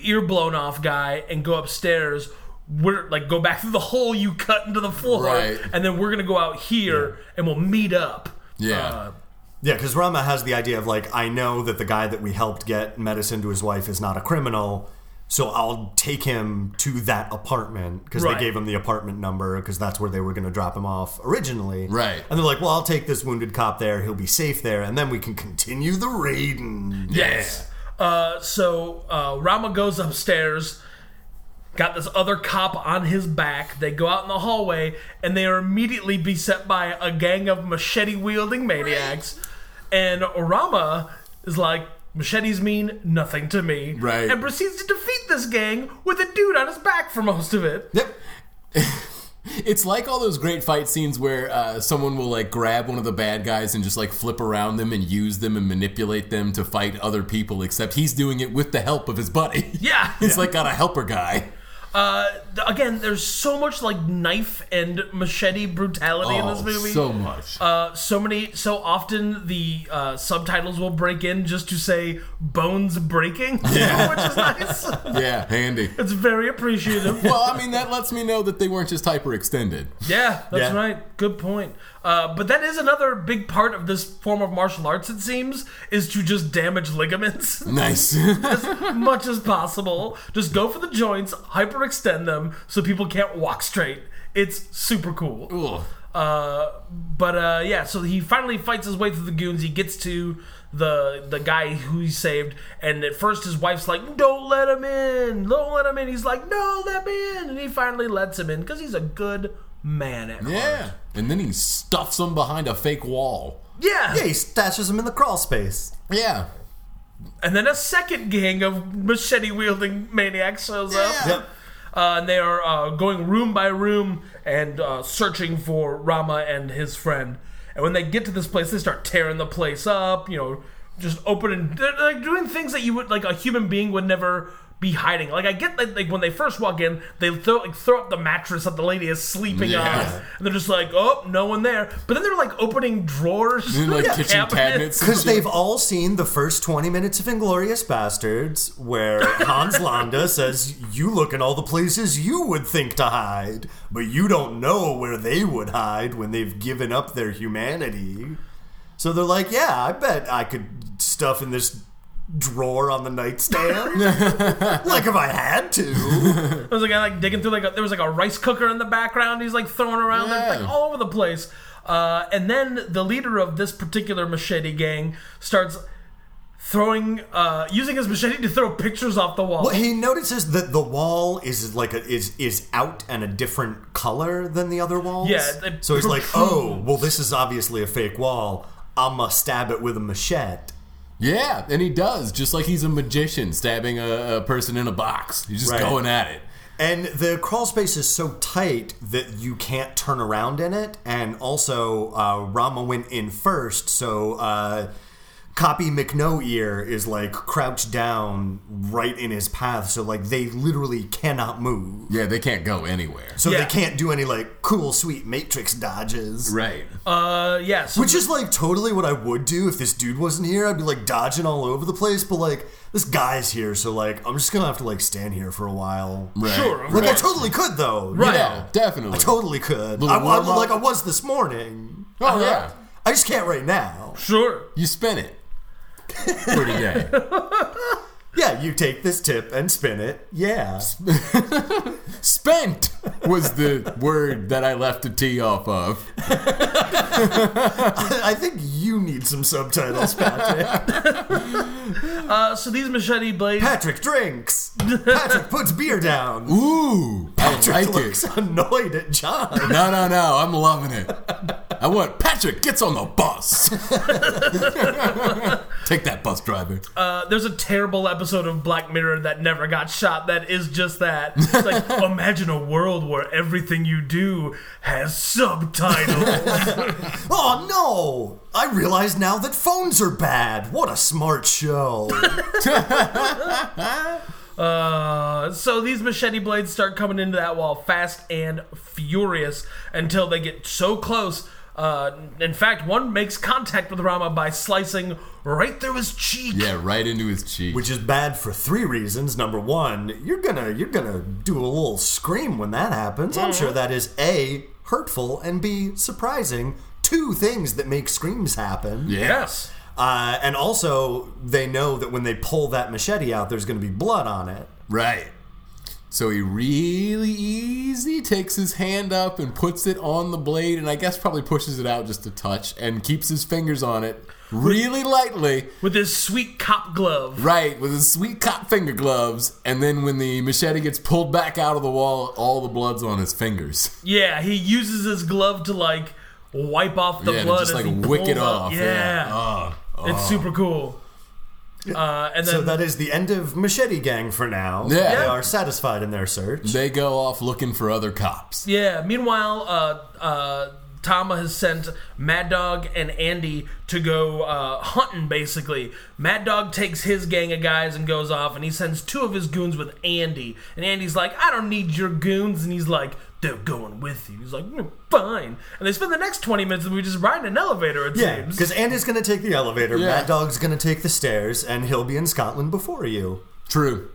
S1: ear blown off guy and go upstairs. We're like go back through the hole you cut into the floor,
S2: Right.
S1: and then we're gonna go out here and we'll meet up.
S2: Yeah.
S1: uh,
S3: yeah, because Rama has the idea of like, I know that the guy that we helped get medicine to his wife is not a criminal, so I'll take him to that apartment because
S1: Right.
S3: they gave him the apartment number because that's where they were going to drop him off originally.
S2: Right.
S3: And they're like, well, I'll take this wounded cop there. He'll be safe there, and then we can continue the raiding.
S2: Yes.
S1: Uh, so uh, Rama goes upstairs. Got this other cop on his back. They go out in the hallway, and they are immediately beset by a gang of machete wielding maniacs. And Rama is like, "Machetes mean nothing to me,"
S2: Right.
S1: And proceeds to defeat this gang with a dude on his back for most of it.
S3: Yep.
S2: It's like all those great fight scenes where uh, someone will like grab one of the bad guys and just like flip around them and use them and manipulate them to fight other people. Except he's doing it with the help of his buddy.
S1: Yeah.
S2: he's like got a helper guy.
S1: Uh, th- again, there's so much like knife and machete brutality in this
S2: Oh,
S1: movie.
S2: so much.
S1: Uh, so many, so often the uh, subtitles will break in just to say "bones breaking," which is nice.
S2: yeah, handy.
S1: It's very appreciative.
S2: Well, I mean that lets me know that they weren't just hyperextended.
S1: yeah, that's
S3: Yeah.
S1: right. Good point. Uh, but that is another big part of this form of martial arts. It seems is to just damage ligaments
S2: Nice.
S1: as much as possible. Just go for the joints, hyperextend them, so people can't walk straight. It's super cool.
S2: Cool.
S1: Uh, but uh, yeah, so he finally fights his way through the goons. He gets to the the guy who he saved, and at first his wife's like, "Don't let him in! Don't let him in!" He's like, "No, let me in!" And he finally lets him in because he's a good man at heart.
S2: Yeah. And then he stuffs them behind a fake wall.
S1: Yeah.
S3: Yeah, he stashes him in the crawl space.
S2: Yeah.
S1: And then a second gang of machete wielding maniacs shows up.
S2: Yeah.
S3: Yep.
S1: Uh, and they are uh, going room by room and uh, searching for Rama and his friend. And when they get to this place, they start tearing the place up. You know, just opening, they're, like doing things that you would like a human being would never be hiding. Like I get like, like when they first walk in, they throw like throw up the mattress that the lady is sleeping on,
S2: Yeah.
S1: and they're just like, oh, no one there. But then they're like opening drawers,
S2: And like kitchen cabinets. and
S3: Because
S2: shit.
S3: they've all seen the first 20 minutes of Inglorious Bastards, where Hans Landa says, You look in all the places you would think to hide, but you don't know where they would hide when they've given up their humanity. So they're like, Yeah, I bet I could stuff in this drawer on the nightstand. like if I had to.
S1: There was a guy like digging through like a, there was like a rice cooker in the background. He's like throwing around
S2: Yeah.
S1: like all over the place. Uh, and then the leader of this particular machete gang starts throwing uh, using his machete to throw pictures off the wall.
S3: Well, he notices that the wall is like a, is is out and a different color than the other walls.
S1: Yeah, it
S3: so he's like,
S1: protrudes.
S3: oh, well, this is obviously a fake wall. I'ma stab it with a machete.
S2: Yeah, and he does, just like he's a magician stabbing a, a person in a box. He's just
S3: Right.
S2: going at it.
S3: And the crawl space is so tight that you can't turn around in it. And also, uh, Rama went in first, so uh, Copy McNo Ear is like crouched down right in his path. So like they literally cannot move.
S2: Yeah, they can't go anywhere.
S3: So
S1: Yeah.
S3: they can't do any like cool, sweet matrix dodges.
S2: Right.
S1: Uh, yeah, so
S3: Which is like totally what I would do if this dude wasn't here. I'd be like dodging all over the place, but like this guy's here, so like I'm just gonna have to like stand here for a while.
S2: right.
S1: sure, of
S3: Like I
S1: course.
S3: totally could though.
S1: Right.
S2: Yeah, definitely.
S3: I totally could.
S2: Little
S3: I, I,
S2: warm up.
S3: like I was this morning.
S2: oh, yeah.
S3: I just can't right now.
S1: sure.
S2: You spin it. Pretty day.
S3: Yeah, you take this tip and spin it. Yeah.
S2: Spent was the word that I left the T off of.
S3: I think you need some subtitles, Patrick.
S1: Uh, so these machete blades.
S3: Patrick drinks. Patrick puts beer down.
S2: Ooh, I
S3: Patrick
S2: like
S3: looks
S2: it.
S3: annoyed at John.
S2: No, no, no, I'm loving it. I want Patrick gets on the bus. Take that bus driver.
S1: Uh, there's a terrible episode of Black Mirror that never got shot that is just that. It's like, imagine a world where everything you do has subtitles.
S3: Oh no! I realize now that phones are bad. What a smart show.
S1: Uh, so these machete blades start coming into that wall fast and furious until they get so close. Uh, in fact, one makes contact with Rama by slicing right through his cheek.
S2: Yeah, right into his cheek.
S3: Which is bad for three reasons. Number one, you're gonna you're gonna do a little scream when that happens. I'm
S2: Mm-hmm.
S3: sure that is A, hurtful, and B, surprising. Two things that make screams happen.
S1: Yes.
S3: Uh, and also, they know that when they pull that machete out, there's gonna be blood on it.
S2: Right. So he really easy takes his hand up and puts it on the blade, and I guess probably pushes it out just a touch and keeps his fingers on it really lightly,
S1: With his sweet cop glove.
S2: right, with his sweet cop finger gloves. And then when the machete gets pulled back out of the wall, all the blood's on his fingers.
S1: Yeah, he uses his glove to like wipe off the
S2: yeah,
S1: blood
S2: and just
S1: as
S2: like
S1: he
S2: wick it
S1: pulls up.
S2: off.
S1: Yeah.
S2: Oh.
S1: It's super cool. Uh, and then
S3: So that is the end of Machete Gang for now.
S2: Yeah.
S3: They are satisfied in their search.
S2: They go off looking for other cops.
S1: Yeah. Meanwhile, uh, uh, Tama has sent Mad Dog and Andy to go uh, hunting. Basically, Mad Dog takes his gang of guys and goes off, and he sends two of his goons with Andy. And Andy's like, "I don't need your goons," and he's like, "They're going with you." He's like, "Mm, "Fine." And they spend the next twenty minutes we just riding an elevator. It
S3: Yeah,
S1: seems.
S3: because Andy's going to take the elevator,
S2: Yeah.
S3: Mad Dog's going to take the stairs, and he'll be in Scotland before you.
S2: True.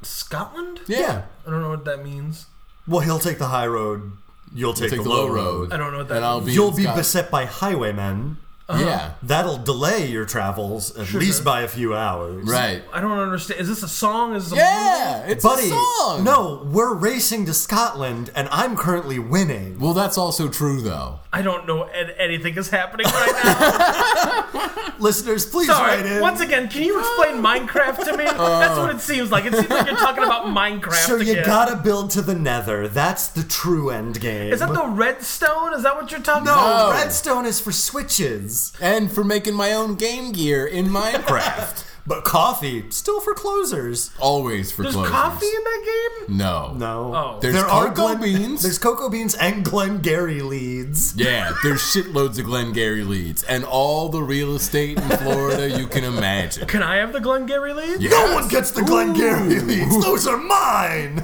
S1: Scotland.
S2: Yeah.
S1: I don't know what that means.
S3: Well, he'll take the high road, you'll take,
S2: Take
S3: the,
S2: the low road.
S1: I don't know what that
S2: and I'll
S1: means.
S2: be
S3: You'll
S2: in
S3: be Uh-huh.
S2: Scot-
S3: beset by highwaymen,
S2: Yeah.
S3: That'll delay your travels at least by a few hours.
S2: Right.
S1: I don't understand. Is this a song? Is this a
S2: Yeah, it's
S3: Buddy,
S2: a song.
S3: no, we're racing to Scotland and I'm currently winning.
S2: Well, that's also true though.
S1: I don't know an- anything is happening right now.
S3: Listeners, please write
S1: Sorry.
S3: in.
S1: Once again, can you explain Minecraft to me? That's what it seems like. It seems like you're talking about Minecraft
S3: so you
S1: again.
S3: gotta build to the nether. That's the true end game.
S1: Is that the redstone? Is that what you're talking
S3: no,
S1: about? Oh,
S2: No.
S3: redstone is for switches,
S2: And for making my own game gear in Minecraft.
S3: but coffee still for closers.
S2: Always for
S1: There's
S2: closers.
S1: coffee in that game?
S2: No.
S3: No,
S1: Oh.
S2: There's
S3: there are
S2: cocoa
S3: Glen-
S2: beans.
S3: There's cocoa beans and Glengarry leads.
S2: Yeah, there's shitloads of Glengarry leads and all the real estate in Florida you can imagine.
S1: Can I have the Glengarry lead?
S3: No one gets the Glengarry leads. Those are mine.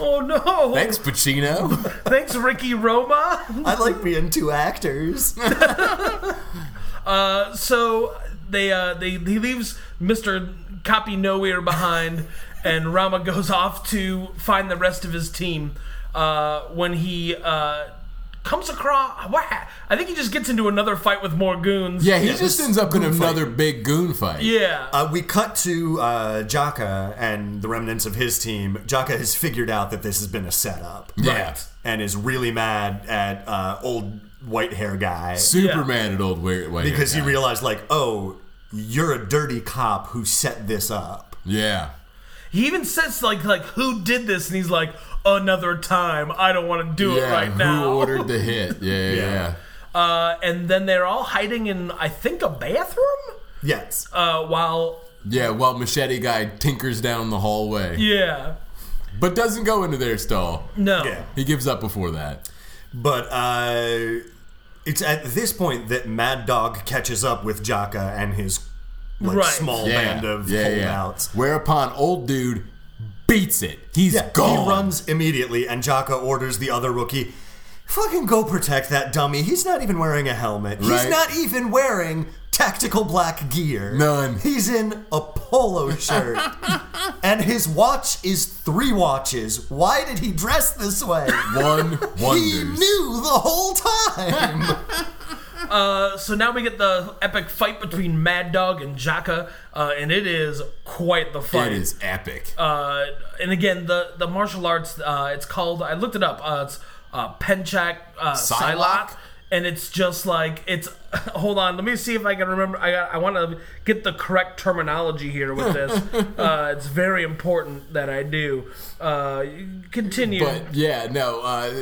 S1: Oh no!
S2: Thanks, Pacino.
S1: Thanks, Ricky Roma.
S3: I like being two actors.
S1: Uh, so they uh, they he leaves Mister Copy Nowhere behind, and Rama goes off to find the rest of his team. Uh, when he uh, comes across, what? ha- I think he just gets into another fight with more goons.
S2: Yeah, he
S3: this
S2: just ends up in
S3: goon fight.
S2: another big goon fight.
S1: yeah.
S3: Uh, we cut to uh, Jaka and the remnants of his team. Jaka has figured out that this has been a setup.
S2: Yeah.
S3: And is really mad at uh, old white hair guy
S2: Superman at old weird way.
S3: because he realized, like, oh, you're a dirty cop who set this up.
S2: Yeah.
S1: He even says like like who did this, and he's like another time. I don't want to do
S2: Yeah.
S1: it right
S2: who
S1: now.
S2: ordered the hit? Yeah, yeah. yeah.
S1: uh, and then they're all hiding in I think a bathroom.
S3: Yes.
S1: Uh, while
S2: Yeah, while machete guy tinkers down the hallway.
S1: yeah,
S2: But doesn't go into their stall.
S1: no.
S3: yeah.
S2: He gives up before that.
S3: But uh, it's at this point that Mad Dog catches up with Jaka and his like,
S1: Right.
S3: small
S2: Yeah.
S3: band of
S2: yeah, yeah.
S3: holdouts.
S2: Whereupon old dude beats it. He's
S3: Yeah,
S2: gone.
S3: he runs immediately, and Jaka orders the other rookie, "Fucking go protect that dummy. He's not even wearing a helmet. He's
S2: Right.
S3: not even wearing tactical black gear.
S2: None.
S3: He's in a polo shirt, and his watch is three watches. Why did he dress this way?
S2: One wonders.
S3: He knew the whole time.
S1: Uh, so now we get the epic fight between Mad Dog and Jaka, uh, and it is quite the fight.
S2: It is epic.
S1: Uh, and again, the the martial arts. Uh, it's called. I looked it up. Uh, it's uh, Penchak uh,
S2: Psylocke?
S1: Psylocke. And it's just like it's. Hold on, let me see if I can remember. I got, I want to get the correct terminology here with this. uh, it's very important that I do. Uh, continue.
S2: But yeah, no. Uh,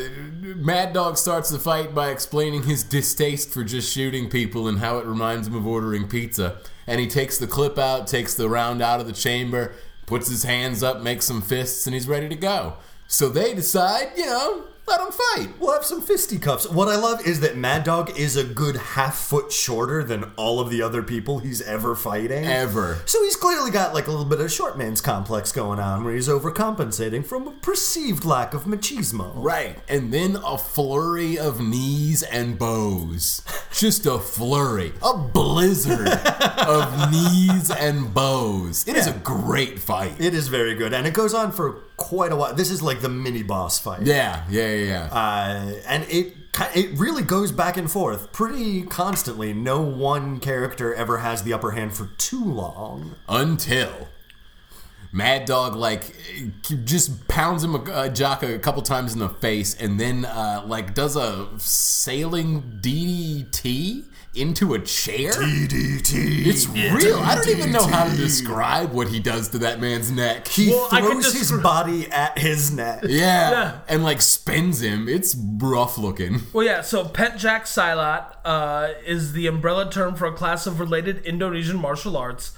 S2: Mad Dog starts the fight by explaining his distaste for just shooting people and how it reminds him of ordering pizza. And he takes the clip out, takes the round out of the chamber, puts his hands up, makes some fists, and he's ready to go. So they decide, you know, let him fight.
S3: We'll have some fisticuffs. What I love is that Mad Dog is a good half foot shorter than all of the other people he's ever fighting.
S2: Ever.
S3: So he's clearly got like a little bit of short man's complex going on where he's overcompensating from a perceived lack of machismo.
S2: Right. And then a flurry of knees and bows. Just a flurry. A blizzard of knees and bows. It is a great fight.
S3: It is very good, and it goes on for quite a while. This is like the mini boss fight.
S2: yeah, yeah, yeah, yeah.
S3: Uh, and it ki- it really goes back and forth pretty constantly. No one character ever has the upper hand for too long.
S2: until Mad Dog like just pounds him a uh, Jaka a couple times in the face, and then uh, like does a sailing DDT into a chair.
S3: DDT.
S2: It's real. I don't even know how to describe what he does to that man's neck.
S3: He
S1: Well, I could
S3: throws his
S1: descri-
S3: body at his neck.
S2: yeah.
S1: Yeah.
S2: and like spins him. It's rough looking.
S1: Well, yeah, so Pentjack Silat uh, is the umbrella term for a class of related Indonesian martial arts.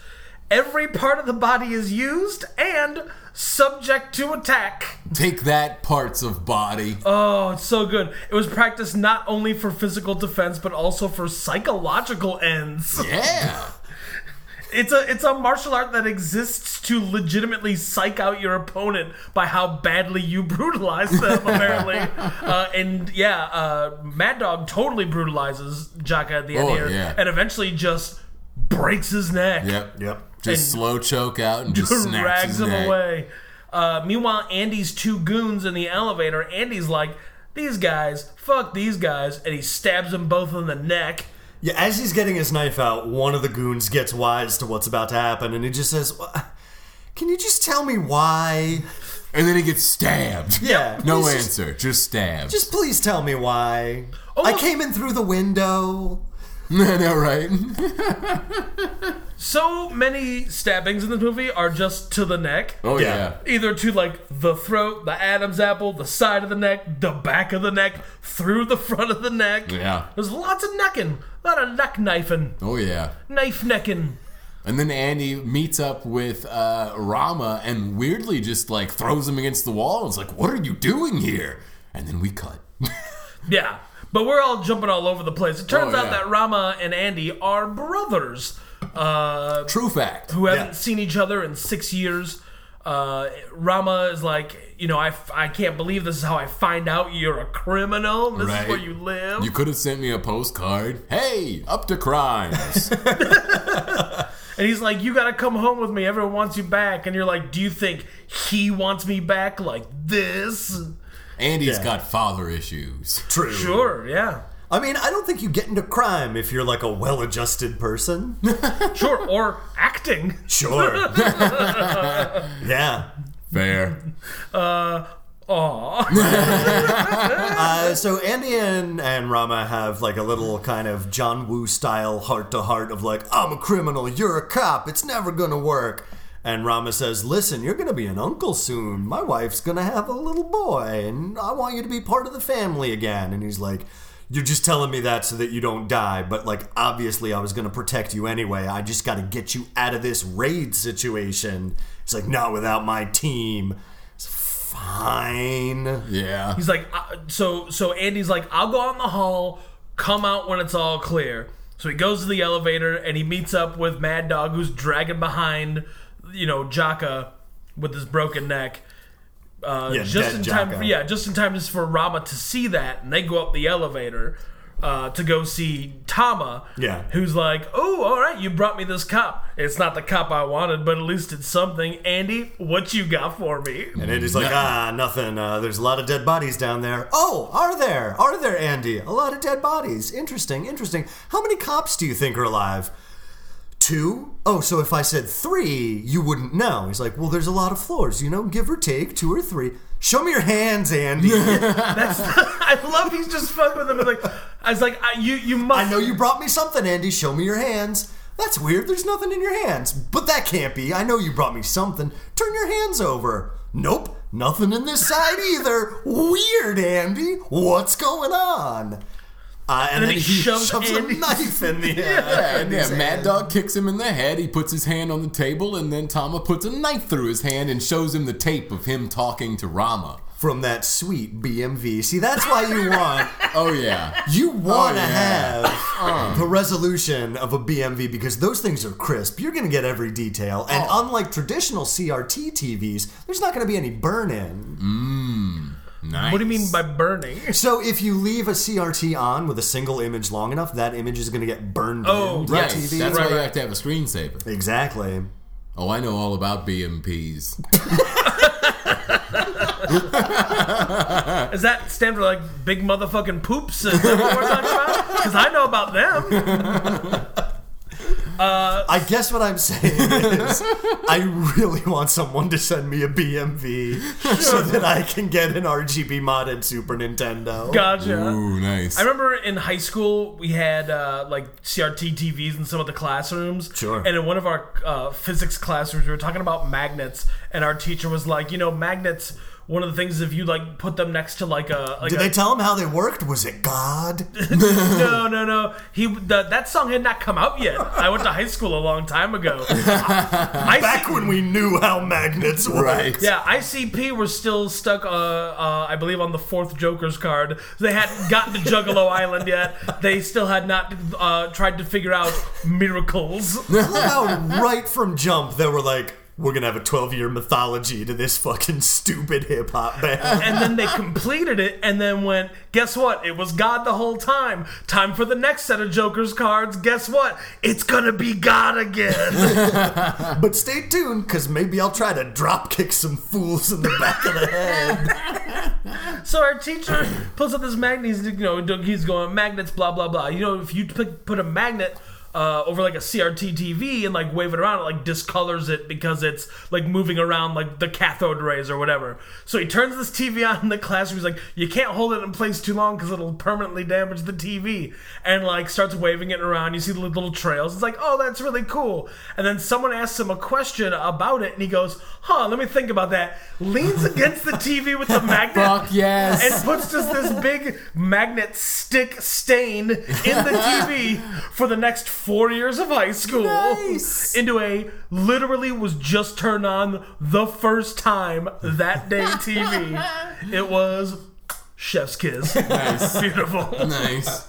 S1: Every part of the body is used and subject to attack.
S2: Take that, parts of body.
S1: Oh, it's so good. It was practiced not only for physical defense, but also for psychological ends.
S2: yeah.
S1: It's a it's a martial art that exists to legitimately psych out your opponent by how badly you brutalize them, apparently. uh, and yeah, uh, Mad Dog totally brutalizes Jaka at the end
S2: Oh,
S1: here,
S2: yeah.
S1: and eventually just breaks his neck,
S2: Yep.
S3: Yep.
S2: Just
S1: And-
S2: slow choke out and just snaps
S1: drags
S2: his
S1: him
S2: neck.
S1: away. Uh, meanwhile, Andy's two goons in the elevator. Andy's like, "These guys, fuck these guys," and he stabs them both in the neck.
S3: Yeah, as he's getting his knife out, one of the goons gets wise to what's about to happen, and he just says, "Wha- "Can you just tell me why?"
S2: And then he gets stabbed.
S3: Yeah,
S2: No
S3: he's Just,
S2: answer, just stabbed.
S3: just please tell me why. I
S1: Almost-
S3: came in through the window.
S2: I know, right?
S1: So many stabbings in this movie are just to the neck.
S2: Oh,
S3: Yeah.
S2: yeah.
S1: Either to like the throat, the Adam's apple, the side of the neck, the back of the neck, through the front of the neck.
S2: Yeah.
S1: There's lots of necking. A lot of neck knifing.
S2: Oh, yeah.
S1: Knife necking.
S2: And then Andy meets up with uh, Rama and weirdly just like throws him against the wall and is like, What are you doing here? And then we cut.
S1: Yeah. But we're all jumping all over the place. It turns
S2: Oh,
S1: out
S2: yeah.
S1: that Rama and Andy are brothers. Uh,
S2: True fact.
S1: who haven't
S3: Yeah.
S1: seen each other in six years. Uh, Rama is like, you know, I, I can't believe this is how I find out you're a criminal. This
S2: Right.
S1: is where you live.
S2: You could have sent me a postcard. Hey, up to crimes.
S1: and he's like, you gotta come home with me. Everyone wants you back. And you're like, do you think he wants me back like this?
S2: Andy's
S3: Yeah.
S2: got father issues.
S3: True.
S1: Sure, yeah.
S3: I mean, I don't think you get into crime if you're like a well-adjusted person.
S1: Sure, or acting.
S3: Sure. yeah.
S2: Fair.
S1: Aw.
S3: Uh, so Andy and, and Rama have like a little kind of John Woo style heart to heart of like, I'm a criminal, you're a cop, it's never gonna work. And Rama says, Listen, you're gonna be an uncle soon. My wife's gonna have a little boy, and I want you to be part of the family again. And he's like, You're just telling me that so that you don't die, but like, obviously, I was gonna protect you anyway. I just gotta get you out of this raid situation. He's like, Not without my team. It's fine.
S2: Yeah.
S1: He's like, uh, so so Andy's like, I'll go out in the hall, come out when it's all clear. So he goes to the elevator and he meets up with Mad Dog, who's dragging behind, you know, Jaka with his broken neck. Uh,
S3: Yeah,
S1: just
S3: dead
S1: in time,
S3: Jaka.
S1: for, yeah, just in time just for Rama to see that, and they go up the elevator uh, to go see Tama.
S3: Yeah.
S1: who's like, "Oh, all right, you brought me this cop. It's not the cop I wanted, but at least it's something." Andy, what you got for me?
S3: And Andy's like, ah, nothing. Uh, there's a lot of dead bodies down there. Oh, are there? Are there, Andy? A lot of dead bodies. Interesting, interesting. How many cops do you think are alive? Two? Oh, so if I said three, you wouldn't know. He's like, well, there's a lot of floors, you know, give or take, two or three. Show me your hands, Andy.
S1: That's I love he's just fucking with them. Like I was like, I, you you must.
S3: I know you brought me something, Andy. Show me your hands. That's weird. There's nothing in your hands. But that can't be. I know you brought me something. Turn your hands over. Nope. Nothing in this side either. Weird, Andy. What's going on? Uh, and,
S1: then
S3: then,
S1: he
S3: he,
S1: shoves
S3: shoves,
S1: Andy's-
S3: a knife in the air.
S2: Yeah, and yeah, Mad Dog kicks him in the head. He puts his hand on the table, and then Tama puts a knife through his hand and shows him the tape of him talking to Rama.
S3: From that sweet BMV. See, that's why you want.
S2: Oh, yeah.
S3: You want to
S2: yeah. Uh-huh.
S3: have the resolution of a BMV because those things are crisp. You're going to get every detail. And
S2: Oh.
S3: unlike traditional CRT TVs, there's not going to be any burn in.
S2: Mm. Nice.
S1: What do you mean by burning?
S3: So if you leave a CRT on with a single image long enough, that image is going to get burned
S1: Oh,
S3: in.
S2: Right.
S1: Yeah,
S2: That's
S1: TV.
S2: why
S1: Right,
S2: you
S1: right.
S2: have to have a screensaver.
S3: Exactly.
S2: Oh, I know all about BMPs.
S1: Is that stand for like big motherfucking poops? Is that what we're talking about? Because I know about them.
S2: Uh,
S3: I guess what I'm saying is I really want someone to send me a BMV so that I can get an RGB modded Super Nintendo.
S1: Gotcha.
S2: Ooh, nice.
S1: I remember in high school we had uh, like CRT TVs in some of the classrooms.
S3: Sure.
S1: And in one of our uh, physics classrooms, we were talking about magnets, and our teacher was like, you know, magnets. One of the things if you like put them next to like a like
S3: Did
S1: a,
S3: they tell him how they worked? Was it God?
S1: No, no, no. He the, that song had not come out yet. I went to high school a long time ago. I,
S3: Back when we knew how magnets worked.
S2: right.
S1: yeah, ICP was still stuck, uh, uh, I believe, on the fourth Joker's card. They hadn't gotten to Juggalo Island yet. They still had not uh, tried to figure out miracles.
S3: I love how right from jump they were like, we're gonna have a 12 year mythology to this fucking stupid hip hop band.
S1: And then they completed it and then went, guess what? It was God the whole time. Time for the next set of Joker's cards. Guess what? It's gonna be God again.
S3: But stay tuned, because maybe I'll try to drop kick some fools in the back of the head.
S1: So our teacher pulls up this magnet. He's, you know, he's going magnets, blah blah blah. You know, if you put put a magnet uh, over like a CRT TV and like wave it around, it like discolors it because it's like moving around like the cathode rays or whatever. So he turns this TV on in the classroom. He's like, you can't hold it in place too long because it'll permanently damage the TV. And like starts waving it around. You see the little trails. It's like, oh, that's really cool. And then someone asks him a question about it, and he goes, huh, let me think about that. Leans against the TV with the magnet.
S2: Fuck yes.
S1: And puts just this big magnet stick stain in the TV for the next four years of high school
S2: Nice.
S1: into a literally was just turned on the first time that day TV. it was Chef's Kiss. Nice. Beautiful.
S2: nice.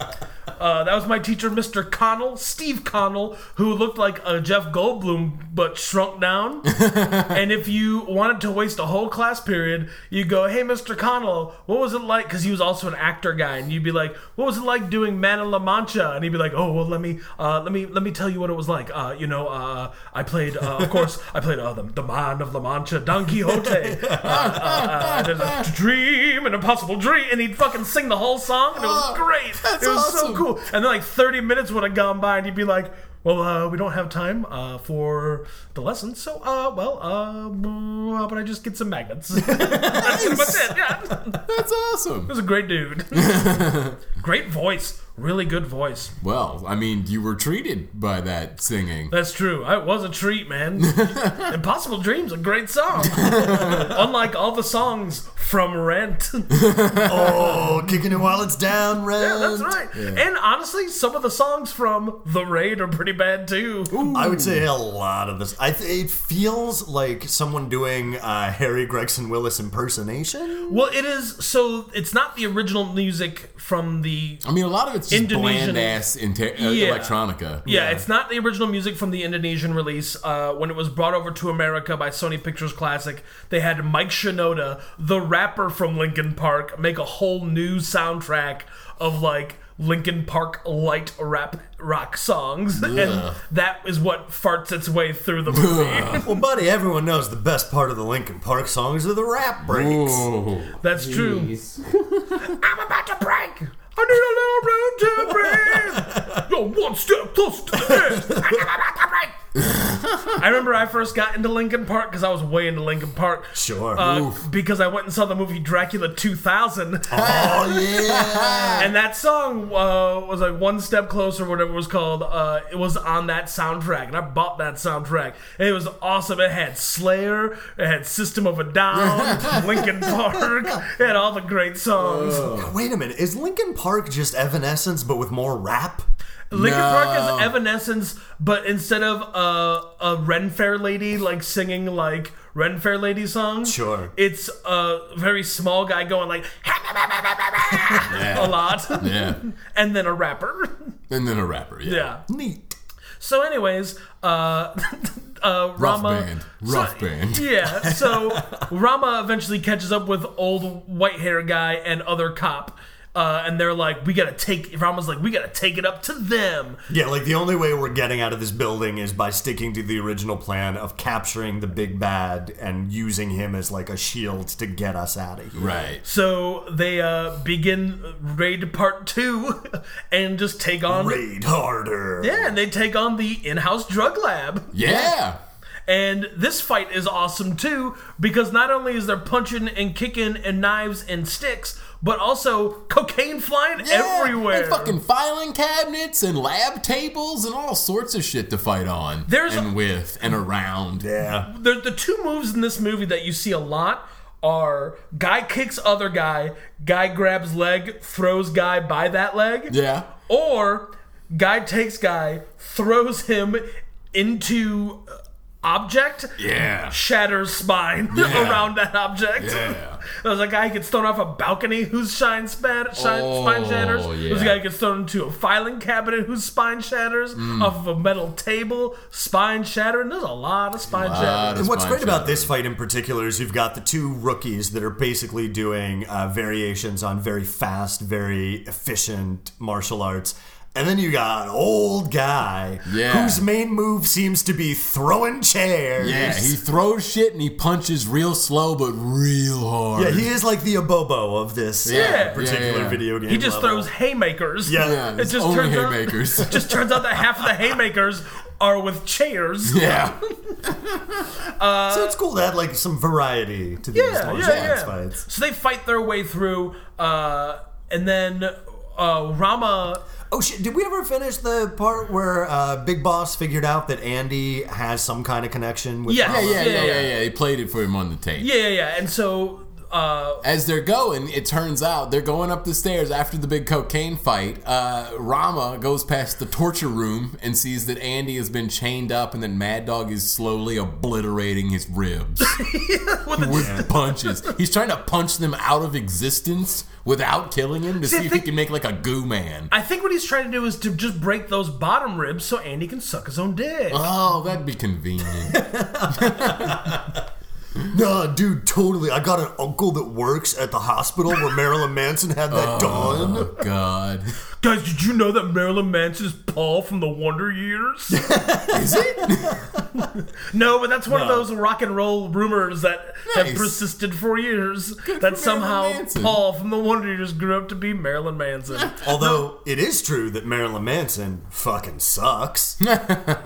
S1: Uh, that was my teacher, Mr. Connell, Steve Connell, who looked like a Jeff Goldblum but shrunk down. and if you wanted to waste a whole class period, you go, "Hey, Mr. Connell, what was it like?" Because he was also an actor guy, and you'd be like, "What was it like doing Man in La Mancha?" And he'd be like, "Oh, well, let me, uh, let me, let me tell you what it was like. Uh, you know, uh, I played, uh, of course, I played uh, the, the Man of La Mancha, Don Quixote. Uh, uh, uh, there's a dream, an impossible dream," and he'd fucking sing the whole song, and it was
S2: Oh,
S1: great.
S2: that's
S1: it was so
S2: awesome.
S1: cool. And then like 30 minutes would have gone by, and you'd be like, "Well, uh, we don't have time uh, for the lesson, so uh, well, uh, mm, how about I just get some magnets?" That's pretty much it. Yeah, he
S2: That's awesome.
S1: was a great dude. great voice, really good voice.
S2: Well, I mean, you were treated by that singing.
S1: That's true. I was a treat, man. Impossible Dreams, a great song. Unlike all the songs from Rent.
S3: Oh, kicking it while it's down, Red.
S1: yeah, that's right. And honestly, some of the songs from The Raid are pretty bad too.
S3: I would say a lot of this. I th- it feels like someone doing uh, Harry Gregson Willis impersonation.
S1: Well, it is. So it's not the original music from the.
S2: I mean, a lot of it's just
S1: Indonesian-
S2: bland ass inter- uh,
S1: Yeah.
S2: electronica.
S1: Yeah, it's not the original music from the Indonesian release. Uh, when it was brought over to America by Sony Pictures Classic, they had Mike Shinoda, the rapper from Linkin Park, make a whole new soundtrack of like Linkin Park light rap rock songs, and that is what farts its way through the movie.
S3: Well, buddy, everyone knows the best part of the Linkin Park songs are the rap breaks.
S2: Ooh.
S1: That's true.
S4: Jeez.
S1: I'm about to break. I need a little room to breathe. You're one step closer to the edge. I'm about to break. I remember I first got into Lincoln Park because I was way into Lincoln Park.
S3: Sure.
S1: Uh, because I went and saw the movie Dracula 2000,
S3: oh yeah.
S1: and that song uh, was like One Step Closer, whatever it was called. Uh, it was on that soundtrack, and I bought that soundtrack. And it was awesome. It had Slayer, it had System of a Down, Lincoln Park, it had all the great songs.
S3: Wait a minute. Is Linkin Park just Evanescence but with more rap?
S1: Linkin Park
S2: No.
S1: is Evanescence, but instead of uh, a Ren Fair lady like singing like Ren Fair lady songs,
S3: Sure.
S1: it's a very small guy going like a lot,
S2: Yeah.
S1: and then a rapper.
S2: And then a rapper. Yeah.
S1: Yeah.
S3: Neat.
S1: So, anyways, uh, uh,
S2: Rough
S1: Rama.
S2: band. Rough
S1: so-
S2: band.
S1: Yeah, so Rama eventually catches up with old white hair guy and other cop, uh, and they're like, "We gotta take." Rama's like, "We gotta take it up to them."
S3: Yeah, like the only way we're getting out of this building is by sticking to the original plan of capturing the big bad and using him as like a shield to get us out of here.
S2: Right.
S1: So they uh, begin raid part two, and just take on
S3: Raid harder.
S1: yeah, and they take on the in-house drug lab.
S2: Yeah.
S1: And this fight is awesome too because not only is there punching and kicking and knives and sticks, but also cocaine flying
S2: Yeah.
S1: everywhere.
S2: And fucking filing cabinets and lab tables and all sorts of shit to fight on.
S1: There's
S2: and
S1: a-
S2: with and around.
S3: Yeah.
S1: the, the two moves in this movie that you see a lot are guy kicks other guy, guy grabs leg, throws guy by that leg.
S2: Yeah.
S1: Or guy takes guy, throws him into uh, object,
S2: Yeah.
S1: shatters spine
S2: Yeah.
S1: around that object.
S2: Yeah.
S1: There's a guy who gets thrown off a balcony whose shine spat, shine, spine
S2: Oh,
S1: shatters. There's a
S2: yeah.
S1: guy who gets thrown into a filing cabinet whose spine shatters
S2: Mm.
S1: off of a metal table, spine shattering. There's a lot of spine shattering.
S3: And what's
S2: Spine
S3: great about
S2: shadow.
S3: this fight in particular is you've got the two rookies that are basically doing uh, variations on very fast, very efficient martial arts. And then you got an old guy
S2: Yeah.
S3: whose main move seems to be throwing chairs.
S2: Yeah, he throws shit and he punches real slow but real hard.
S3: Yeah,
S1: uh,
S3: he is like the abobo of this uh,
S1: Yeah.
S3: particular
S2: Yeah, yeah.
S3: video game.
S1: He just
S3: level.
S1: throws haymakers.
S3: Yeah.
S2: Yeah,
S1: It
S2: it's
S1: just
S2: only
S1: turns out-
S2: haymakers.
S1: Just turns out that half of the haymakers are with chairs.
S2: yeah.
S3: so it's cool to add like some variety to these
S1: yeah,
S3: martial
S1: yeah,
S3: arts
S1: yeah.
S3: fights.
S1: So they fight their way through, uh, and then uh, Rama.
S3: Oh shit! Did we ever finish the part where uh, Big Boss figured out that Andy has some kind of connection with?
S1: Yeah.
S2: Yeah,
S3: Rama?
S2: yeah,
S1: Yeah,
S2: yeah,
S1: yeah.
S2: yeah, yeah. He played it for him on the tape.
S1: Yeah, yeah, yeah. And so. Uh,
S2: As they're going, it turns out they're going up the stairs after the big cocaine fight. Uh, Rama goes past the torture room and sees that Andy has been chained up, and then Mad Dog is slowly obliterating his ribs with punches. He's trying to punch them out of existence without killing him to see,
S1: I
S2: if
S1: think-
S2: he can make like a goo man.
S1: I think what he's trying to do is to just break those bottom ribs so Andy can suck his own dick.
S2: Oh, that'd be convenient.
S3: Nah, dude, totally. I got an uncle that works at the hospital where Marilyn Manson had that done.
S2: oh God,
S1: Guys, did you know that Marilyn Manson's Paul from the Wonder Years?
S2: is it?
S1: no, but that's one of
S3: No.
S1: those rock and roll rumors that have
S2: Nice.
S1: persisted for years. that
S2: for Marilyn
S1: somehow
S2: Manson.
S1: Paul from the Wonder Years grew up to be Marilyn Manson.
S3: Although it is true that Marilyn Manson fucking sucks.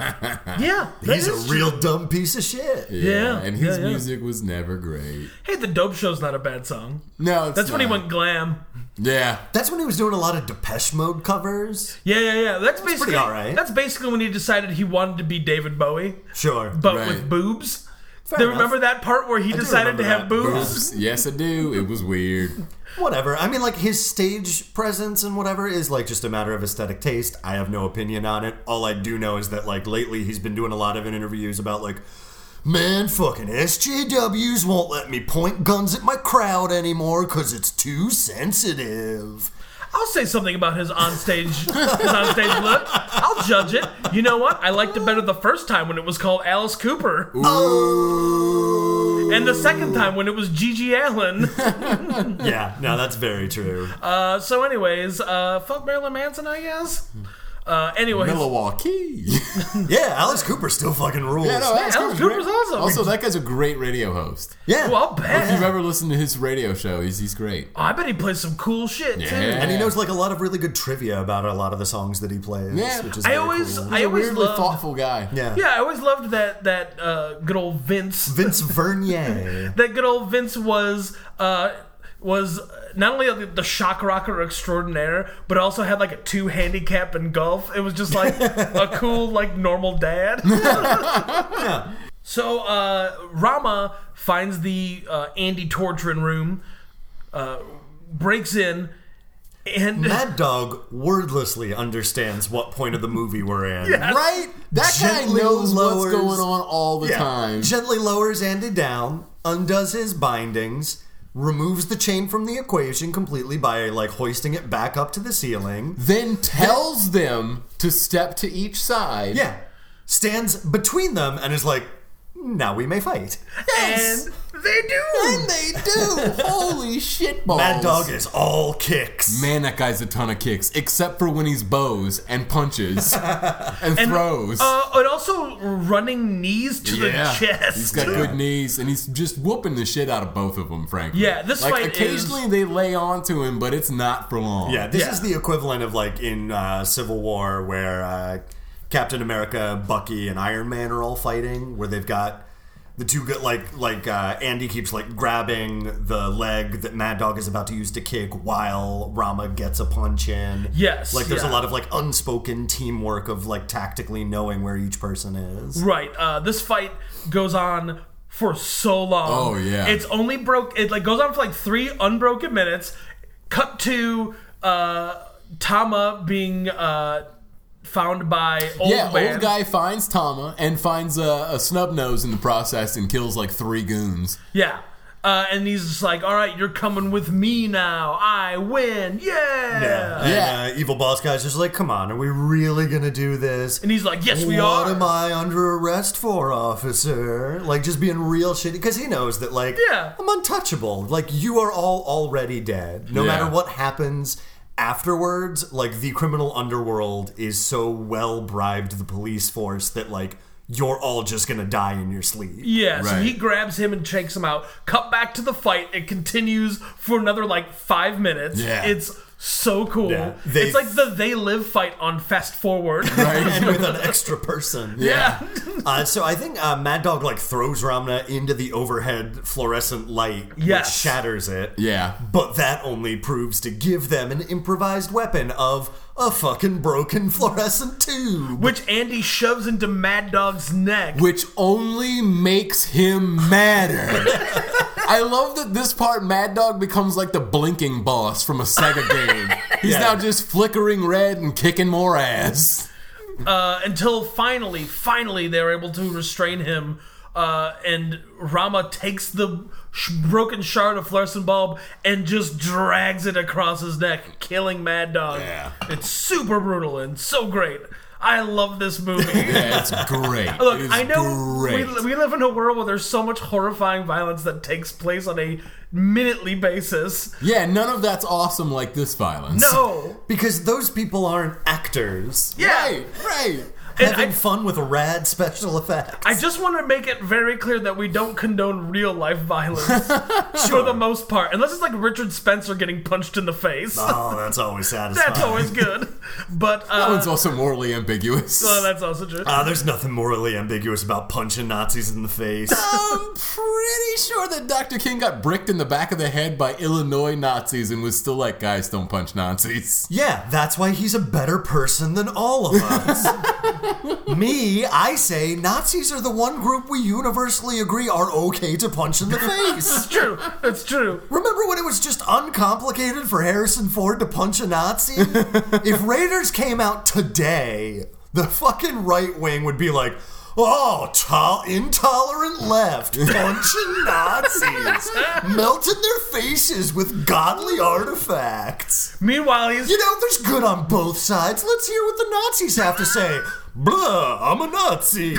S1: yeah, that
S3: He's
S1: is
S3: a
S1: true.
S3: real dumb piece of shit.
S1: Yeah,
S2: and his
S1: yeah, yeah.
S2: music was never great.
S1: Hey, the dope show's not a bad song.
S2: No, it's
S1: That's when he
S2: not.
S1: went glam.
S2: Yeah,
S3: That's when he was doing a lot of Depeche Mode covers.
S1: Yeah, yeah, yeah. That's, basically
S3: pretty alright.
S1: That's basically when he decided he wanted to be David Bowie,
S3: Sure.
S1: but
S2: Right.
S1: with boobs.
S3: Fair
S1: they
S3: enough.
S1: remember that part where he decided to
S3: remember
S1: have
S3: that.
S1: boobs?
S2: Oops. yes, I do. It was weird.
S3: Whatever. I mean, like, his stage presence and whatever is, like, just a matter of aesthetic taste. I have no opinion on it. All I do know is that, like, lately he's been doing a lot of interviews about, like, man, fucking SJWs won't let me point guns at my crowd anymore because it's too sensitive.
S1: I'll say something about his onstage his onstage look. I'll judge it. You know what? I liked it better the first time when it was called Alice Cooper,
S3: Oh.
S1: and the second time when it was Gigi Allen.
S3: yeah, no, that's very true.
S1: Uh, so, anyways, uh, fuck Marilyn Manson, I guess. Uh, anyways,
S2: Milwaukee.
S3: yeah, Alice Cooper still fucking rules.
S2: yeah, no, Alice
S1: Alice
S2: Cooper's
S1: Cooper's
S2: great.
S1: awesome.
S2: Also, that guy's a great radio host.
S3: Yeah.
S1: well, I'll
S2: If you've
S1: bet.
S2: ever listened to his radio show, he's he's great.
S1: I bet he plays some cool shit too.
S2: Yeah.
S3: and he knows like a lot of really good trivia about a lot of the songs that he plays.
S2: Yeah.
S3: which is
S1: I
S3: very
S1: always,
S3: cool.
S1: I
S2: a
S1: always
S2: weirdly
S1: loved,
S2: thoughtful guy.
S3: yeah.
S1: yeah, I always loved that that uh, good old Vince.
S3: Vince Vernier.
S1: That good old Vince was uh, was not only the, the shock rocker extraordinaire, but also had like a two handicap in golf. It was just like a cool, like normal dad. So uh, Rama finds the uh, Andy torturing room, uh, breaks in, and
S3: Mad Dog wordlessly understands what point of the movie we're in.
S2: Right? That
S3: Gently
S2: guy knows
S3: lowers-
S2: what's going on all the
S3: Yeah.
S2: time.
S3: Gently lowers Andy down, undoes his bindings, removes the chain from the equation completely by like hoisting it back up to the ceiling.
S2: then tells them to step to each side.
S3: Yeah. Stands between them and is like, now we may fight.
S2: Yes.
S1: and they do.
S2: And they do. Holy shit balls.
S3: Mad Dog is all kicks.
S2: Man, that guy's a ton of kicks, except for when he's bows and punches and, throws.
S1: Uh, and also running knees to
S2: Yeah.
S1: the chest.
S2: He's got good knees, and he's just whooping the shit out of both of them, frankly.
S1: Yeah, this
S2: like,
S1: fight
S2: occasionally they lay on to him, but it's not for long.
S3: Yeah, this
S1: Yeah.
S3: is the equivalent of like in uh, Civil War where uh, Captain America, Bucky, and Iron Man are all fighting, where they've got the two good like like uh, Andy keeps like grabbing the leg that Mad Dog is about to use to kick while Rama gets a punch in.
S1: Yes,
S3: like there's
S1: yeah.
S3: a lot of like unspoken teamwork of like tactically knowing where each person is.
S1: Right. Uh, this fight goes on for so long.
S2: Oh, yeah.
S1: It's only broke. It like goes on for like three unbroken minutes. Cut to uh, Tama being uh, found by old
S2: Yeah,
S1: man.
S2: old guy finds Tama and finds a, a snub nose in the process and kills like three goons.
S1: Yeah. Uh, and he's just like, all right, you're coming with me now. I win. Yeah.
S2: Yeah.
S3: And, uh, evil boss guy's just like, come on, are we really gonna do this?
S1: And he's like, yes, we
S3: what
S1: are.
S3: am I under arrest for, officer? Like, just being real shitty. Because he knows that, like,
S1: Yeah.
S3: I'm untouchable. Like, you are all already dead. No
S2: Yeah.
S3: matter what happens afterwards, like the criminal underworld is so well bribed the police force that like you're all just gonna die in your sleep.
S1: Yeah, so
S2: Right.
S1: he grabs him and shakes him out. Cut back to the fight. It continues for another like five minutes.
S2: Yeah.
S1: It's so cool.
S3: Yeah. They-
S1: It's like the they live fight on fast forward.
S3: and with an extra person.
S1: yeah.
S3: Uh, so I think uh, Mad Dog like throws Ramna into the overhead fluorescent light,
S1: Yes.
S3: which shatters it.
S2: Yeah.
S3: But that only proves to give them an improvised weapon of a fucking broken fluorescent tube.
S1: Which Andy shoves into Mad Dog's neck.
S2: Which only makes him madder. I love that this part, Mad Dog becomes like the blinking boss from a Sega game. He's
S3: Yeah.
S2: now just flickering red and kicking more ass.
S1: uh, until finally, finally, they're able to restrain him. Uh, and Rama takes the sh- broken shard of fluorescent bulb and just drags it across his neck, killing Mad Dog.
S2: Yeah.
S1: It's super brutal and so great. I love this movie.
S2: Yeah, it's great.
S1: Look,
S2: It is
S1: I know we,
S2: great.
S1: we live in a world where there's so much horrifying violence that takes place on a minutely basis.
S2: yeah, none of that's awesome like this violence.
S1: No.
S3: Because those people aren't actors.
S1: Yeah.
S2: Right, right.
S1: And
S3: Having
S1: I-
S3: fun with rad special effects.
S1: I just want to make it very clear that we don't condone real life violence for the most part, unless it's like Richard Spencer getting punched in the face.
S3: oh, that's always satisfying.
S1: that's always good. But uh,
S2: That one's Uh, also morally ambiguous.
S1: oh, that's also true.
S3: Ah, there's nothing morally ambiguous about punching Nazis in the face.
S2: I'm pretty sure that Dr. King got bricked in the back of the head by Illinois Nazis and was still like, guys, don't punch Nazis.
S3: Yeah, that's why he's a better person than all of us. Me, I say Nazis are the one group we universally agree are okay to punch in the face.
S1: it's true. It's true.
S3: Remember when it was just uncomplicated for Harrison Ford to punch a Nazi? if Raiders came out today, the fucking right wing would be like, Oh, to- intolerant left, punching Nazis, melting their faces with godly artifacts.
S1: Meanwhile, he's
S3: You know, there's good on both sides. Let's hear what the Nazis have to say. Blah, I'm a Nazi.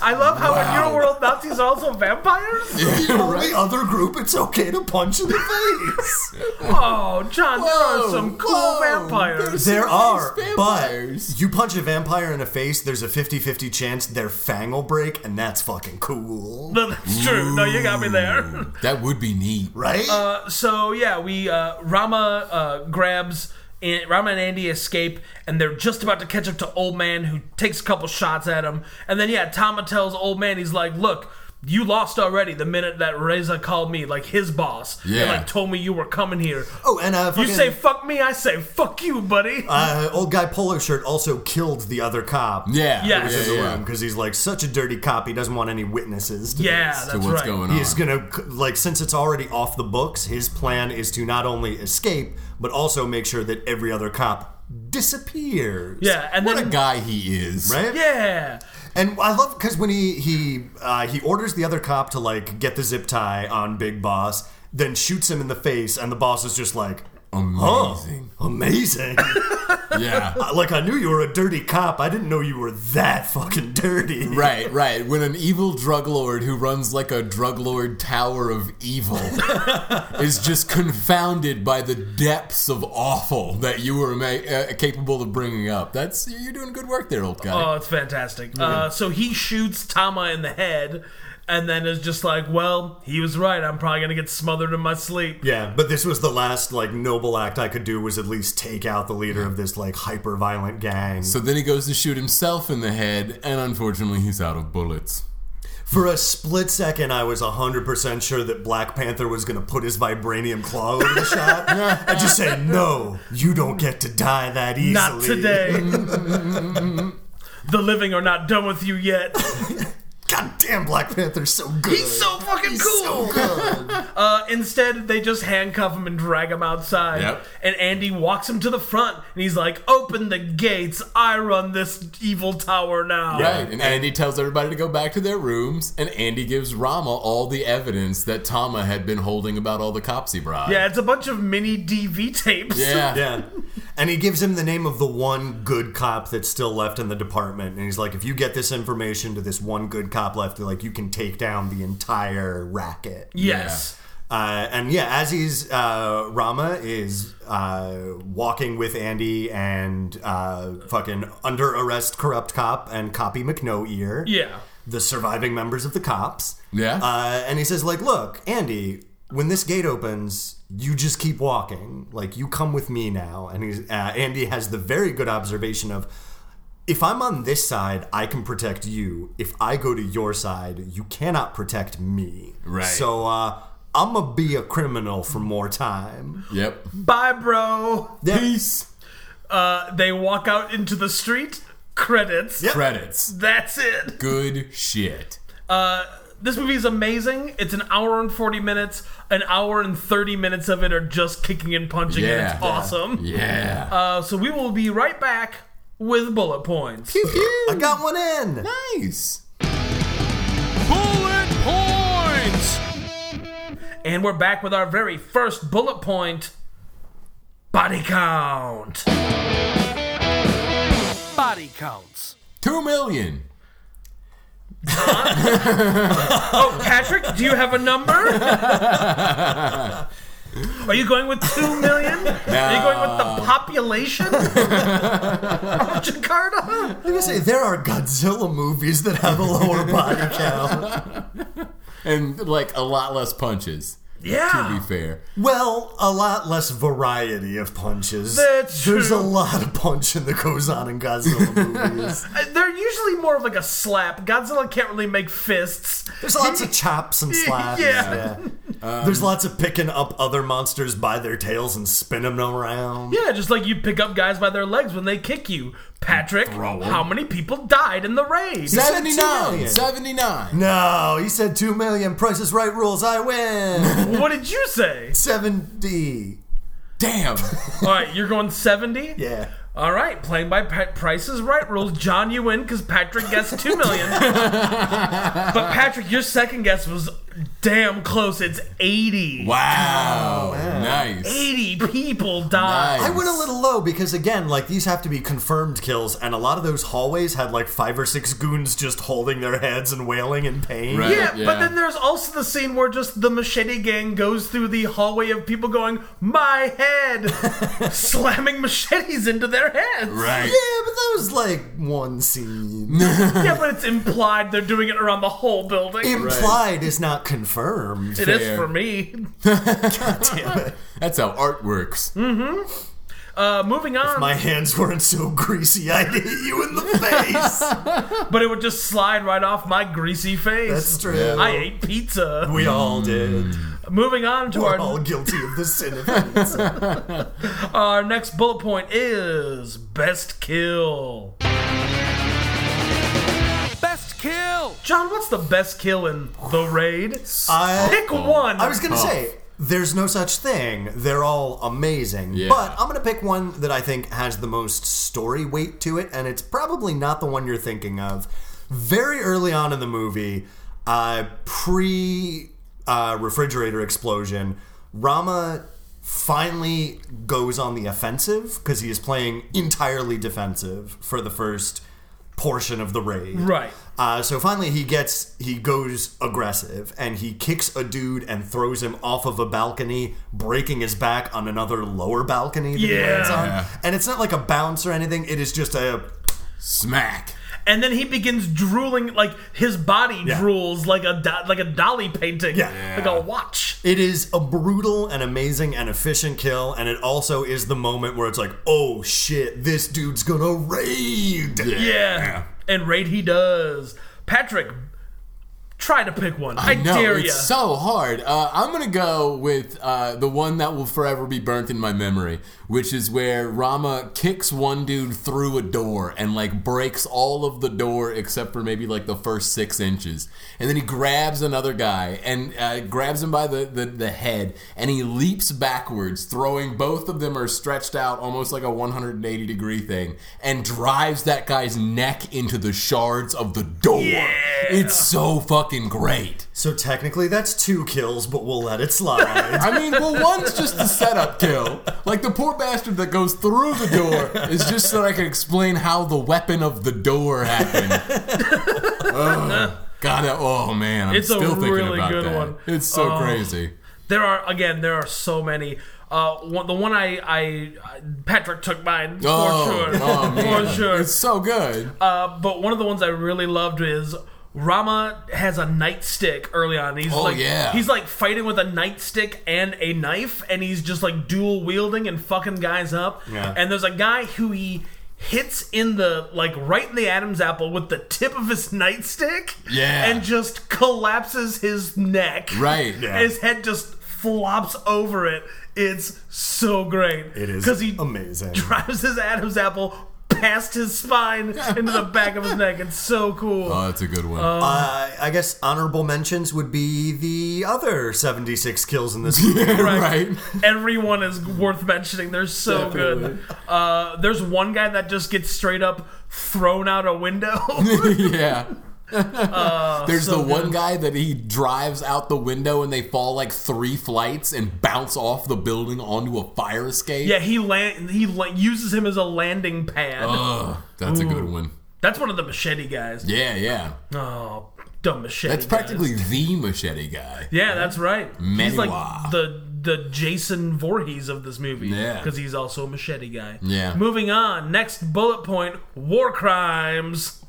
S1: I love how in your world Nazis are also vampires.
S3: The only other group it's okay to punch in the face.
S1: Oh, John, there
S2: Whoa,
S1: are some cool
S2: whoa,
S1: vampires.
S2: there's-
S3: There are,
S2: Vampires.
S3: but you punch a vampire in the face, there's a 50 50 chance their fang will break, and that's fucking cool.
S1: No, That's true. No, you got me there.
S2: That would be neat.
S3: Right?
S1: Uh, so yeah, we uh, Rama uh, grabs and Rama and Andy escape, and they're just about to catch up to Old Man, who takes a couple shots at him, and then yeah, Tama tells Old Man, he's like, "Look, you lost already the minute that Reza called me, like his boss, and
S2: Yeah.
S1: like told me you were coming here.
S3: oh, and uh,
S1: You
S3: fucking,
S1: say fuck me, I say fuck you, buddy."
S3: uh, old guy polo shirt also killed the other cop.
S2: Yeah.
S1: Yeah.
S2: Yeah,
S1: This is
S2: yeah.
S3: Because he's like such a dirty cop, he doesn't want any witnesses. To
S1: yeah,
S3: this.
S1: that's
S2: So what's
S1: right.
S2: going on?
S3: He's gonna like since it's already off the books. His plan is to not only escape but also make sure that every other cop disappears.
S1: Yeah, and
S2: what
S1: then
S2: a guy he is.
S3: right.
S1: yeah,
S3: and I love because when he he uh, he orders the other cop to like get the zip tie on Big Boss, then shoots him in the face, and the boss is just like.
S2: Amazing.
S3: Oh, amazing.
S2: Yeah.
S3: like, I knew you were a dirty cop. I didn't know you were that fucking dirty.
S2: Right, right. When an evil drug lord who runs like a drug lord tower of evil is just confounded by the depths of awful that you were ma- uh, capable of bringing up. That's you're doing good work there, old guy.
S1: Oh, it's fantastic. Uh, so he shoots Tama in the head, and then is just like, "Well, he was right. I'm probably gonna get smothered in my sleep."
S3: Yeah, but this was the last like noble act I could do was at least take out the leader of this like hyper violent gang.
S2: so then he goes to shoot himself in the head, and unfortunately, he's out of bullets.
S3: For a split second, I was hundred percent sure that Black Panther was gonna put his vibranium claw over the shot and just say, "No, you don't get to die that easily."
S1: Not today. the living are not done with you yet.
S3: God damn, Black Panther's so good.
S1: He's so fucking
S3: He's
S1: cool.
S3: so good.
S1: Uh, instead, they just handcuff him and drag him outside.
S2: Yep.
S1: And Andy walks him to the front, and he's like, "Open the gates. I run this evil tower now."
S2: Right, and Andy tells everybody to go back to their rooms, and Andy gives Rama all the evidence that Tama had been holding about all the cops he bribed.
S1: Yeah, it's a bunch of mini DV tapes.
S2: yeah,
S3: yeah, and he gives him the name of the one good cop that's still left in the department, and he's like, "If you get this information to this one good cop left, like you can take down the entire racket."
S1: Yes.
S3: Uh, and yeah, as he's uh, Rama is uh, walking with Andy and uh, fucking under arrest, corrupt cop and copy McNo ear.
S1: Yeah.
S3: the surviving members of the cops.
S2: Yeah.
S3: uh, and he says like, look, Andy, when this gate opens, you just keep walking. Like you come with me now. And he's uh, Andy has the very good observation of. If I'm on this side, I can protect you. If I go to your side, you cannot protect me.
S2: Right.
S3: So uh, I'm gonna be a criminal for more time.
S2: Yep.
S1: Bye, bro.
S3: Yeah.
S2: Peace.
S1: Uh, they walk out into the street. Credits.
S3: Yep.
S2: Credits.
S1: That's it.
S2: Good shit.
S1: Uh, this movie is amazing. It's an hour and 40 minutes. An hour and 30 minutes of it are just kicking and punching, and
S2: Yeah.
S1: it's awesome.
S2: Yeah.
S1: Uh, so we will be right back with bullet points.
S3: I got one in.
S2: nice.
S1: bullet points. And we're back with our very first bullet point body count. Body counts.
S2: Two million.
S1: Oh, Patrick, do you have a number? Are you going with 2 million? Are you going with the population of Jakarta?
S3: I was gonna say there are Godzilla movies that have a lower body count.
S2: And like a lot less punches, to be
S1: Yeah.
S2: fair.
S3: Well, a lot less variety of punches.
S1: That's
S3: There's
S1: true.
S3: a lot of punching that goes on in Godzilla movies.
S1: Uh, They're usually more of like a slap. Godzilla can't really make fists.
S3: There's lots of chops and slaps.
S1: Yeah.
S3: There's lots of picking up other monsters by their tails and spinning them around.
S1: Yeah, just like you pick up guys by their legs when they kick you. Patrick,
S2: Throw 'em.
S1: how many people died in the raid?
S3: said two
S2: 79.
S3: million.
S2: 79.
S3: No, he said two million. Price is right rules. I win.
S1: what did you say?
S3: Seventy.
S2: Damn.
S1: All right, you're going 70?
S3: Yeah.
S1: All right, playing by Pat Price's right rules. John, you win because Patrick guessed 2 million. but Patrick, your second guess was damn close. It's 80. Oh,
S2: Wow. Nice.
S1: 80 people died.
S2: Nice.
S3: I went a little low because again, like these have to be confirmed kills, and a lot of those hallways had like five or six goons just holding their heads and wailing in pain.
S2: Right.
S1: Yeah,
S2: Yeah.
S1: but then there's also the scene where just the machete gang goes through the hallway of people going, My head! slamming machetes into their heads.
S2: Right.
S3: Yeah, but that was like one scene.
S1: Yeah, but it's implied they're doing it around the whole building.
S3: Implied is not confirmed.
S1: It is
S2: fair.
S1: for me.
S2: That's how art works.
S1: Hmm. Uh, moving on,
S3: My hands weren't so greasy, I'd hit you in the face.
S1: but it would just slide right off my greasy face.
S3: That's true.
S1: I ate pizza.
S3: we all did.
S1: Moving on to
S3: We're
S1: our
S3: all guilty of the sin of it.
S1: our next bullet point is best kill.
S4: Best kill!
S1: John, what's the best kill in the raid?
S3: I,
S1: Pick one.
S3: I was gonna say there's no such thing. They're all amazing.
S2: Yeah.
S3: But I'm gonna pick one that I think has the most story weight to it, and it's probably not the one you're thinking of. Very early on in the movie, uh, pre uh, refrigerator explosion, Rama finally goes on the offensive because he is playing entirely defensive for the first portion of the raid.
S1: Right.
S3: Uh, so finally, he gets he goes aggressive and he kicks a dude and throws him off of a balcony, breaking his back on another lower balcony. That he lands
S1: Yeah.
S3: on.
S2: Yeah.
S3: And it's not like a bounce or anything. It is just a
S2: Smack.
S1: and then he begins drooling like his body
S3: Yeah.
S1: drools like a do- like a dolly painting,
S3: Yeah.
S1: like a watch.
S3: it is a brutal and amazing and efficient kill. And it also is the moment where it's like, oh shit, this dude's gonna raid.
S1: Yeah. And raid he does. Patrick, try to pick one. I,
S2: No,
S1: dare
S2: it's
S1: you.
S2: so hard. Uh, I'm gonna go with uh, the one that will forever be burnt in my memory, which is where Rama kicks one dude through a door and like breaks all of the door except for maybe like the first six inches, and then he grabs another guy and uh, grabs him by the, the the head and he leaps backwards, throwing both of them are stretched out almost like a 180 degree thing, and drives that guy's neck into the shards of the door. It's so fucking great.
S3: So technically, that's two kills, but we'll let it slide.
S2: I mean, well, one's just the setup kill. Like the poor bastard that goes through the door is just so I can explain how the weapon of the door happened. Ugh. God, that- oh man, I'm
S1: It's a
S2: still thinking
S1: really
S2: about
S1: good
S2: that.
S1: one. Oh,
S2: It's so crazy.
S1: There are again. There are so many. Uh, one, the one I, I Patrick took mine for
S2: Oh,
S1: sure,
S2: oh, man.
S1: for sure.
S2: It's so good.
S1: Uh, but one of the ones I really loved is Rama has a nightstick early on. He's
S2: Oh,
S1: like
S2: yeah.
S1: he's like fighting with a nightstick and a knife, and he's just like dual wielding and fucking guys up.
S3: Yeah.
S1: And there's a guy who he hits in the like right in the Adam's apple with the tip of his nightstick.
S2: Yeah.
S1: And just collapses his neck.
S2: Right.
S3: Yeah.
S1: His head just flops over it. It's so great.
S3: It is
S1: because he
S3: amazing.
S1: drives his Adam's apple past his spine into the back of his neck. It's so cool.
S2: Oh, that's a good one.
S3: Uh, I guess honorable mentions would be the other 76 kills in this movie.
S2: right.
S1: Everyone is worth mentioning. They're so
S2: Definitely.
S1: good. Uh, there's one guy that just gets straight up thrown out a window.
S2: yeah. There's
S1: Uh, so
S2: the one guy that he drives out the window and they fall like three flights and bounce off the building onto a fire escape.
S1: yeah, he land he la- uses him as a landing pad.
S2: Ugh, Oh, that's a good one.
S1: That's one of the machete guys.
S2: Uh, Yeah, yeah.
S1: Oh, dumb machete.
S2: That's
S1: guys.
S2: practically the machete guy.
S1: Yeah, that's right. He's
S2: Maniwa.
S1: like the the Jason Voorhees of this movie.
S2: Yeah.
S1: Because he's also a machete guy.
S2: Yeah.
S1: Moving on, next bullet point war crimes.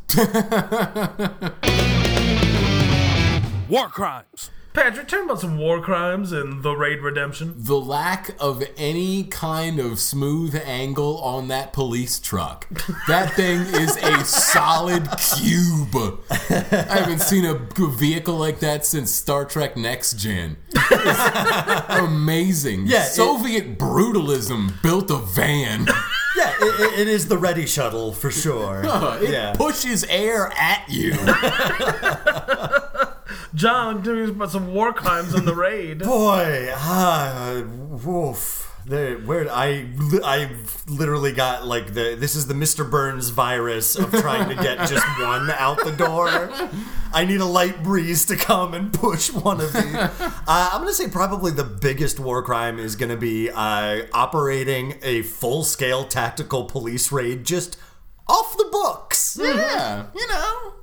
S4: War crimes.
S1: Patrick, tell me about some war crimes and the Raid Redemption.
S2: The lack of any kind of smooth angle on that police truck. That thing is a solid cube. I haven't seen a g- vehicle like that since Star Trek Next Gen. It's amazing.
S3: Yeah, it-
S2: Soviet brutalism built a van.
S3: yeah, it, it- it is the ready shuttle for sure.
S2: It
S3: Oh, yeah.
S2: pushes air at you.
S1: John, tell me about some war crimes and the Raid.
S3: Boy, ah, woof. There, where I, I literally got like the this is the Mr. Burns virus of trying to get just one out the door. I need a light breeze to come and push one of these. Uh, I'm gonna say probably the biggest war crime is gonna be uh, operating a full scale tactical police raid just off the books.
S2: Yeah, you know.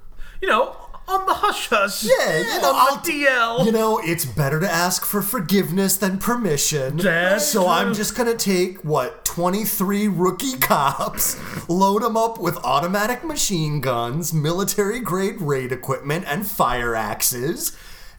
S1: You know, on the hush hush.
S3: Yeah, you
S1: on
S3: know, I'll-
S1: the DL.
S3: You know, it's better to ask for forgiveness than permission.
S1: That's
S3: so
S1: true.
S3: I'm just gonna take what 23 rookie cops, load them up with automatic machine guns, military grade raid equipment, and fire axes.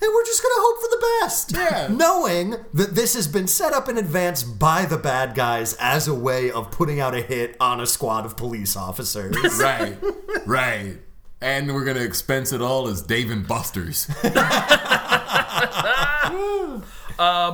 S3: And we're just gonna hope for the best.
S2: Yeah.
S3: Knowing that this has been set up in advance by the bad guys as a way of putting out a hit on a squad of police officers.
S2: Right, right. And we're gonna expense it all as Dave and Buster's.
S1: uh,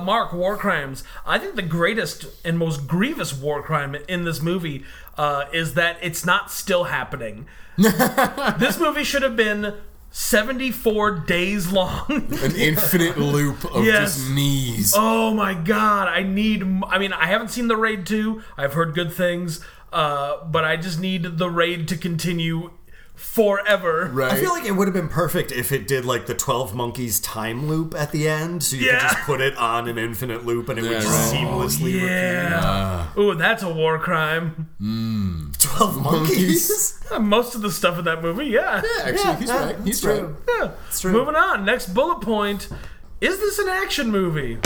S1: Mark, war crimes. I think the greatest and most grievous war crime in this movie uh, is that it's not still happening. this movie should have been 74 days long.
S2: An infinite loop of
S1: Yes.
S2: just knees.
S1: oh my god, I need. m- I mean, I haven't seen The Raid 2, I've heard good things, uh, but I just need The Raid to continue forever.
S2: Right.
S3: I feel like it would have been perfect if it did like the 12 Monkeys time loop at the end, so you
S1: Yeah.
S3: could just put it on an infinite loop and it would
S2: Yeah,
S3: just
S2: right. Oh,
S3: seamlessly repeat.
S1: Yeah. Ooh, that's a war crime.
S3: 12 Monkeys?
S1: Uh, Most of the stuff in that movie, yeah.
S2: yeah, actually,
S3: Yeah,
S2: he's
S3: yeah,
S2: right. He's
S3: that's
S2: right.
S3: true.
S1: Yeah.
S3: true.
S1: Moving on. Next bullet point. Is this an action movie?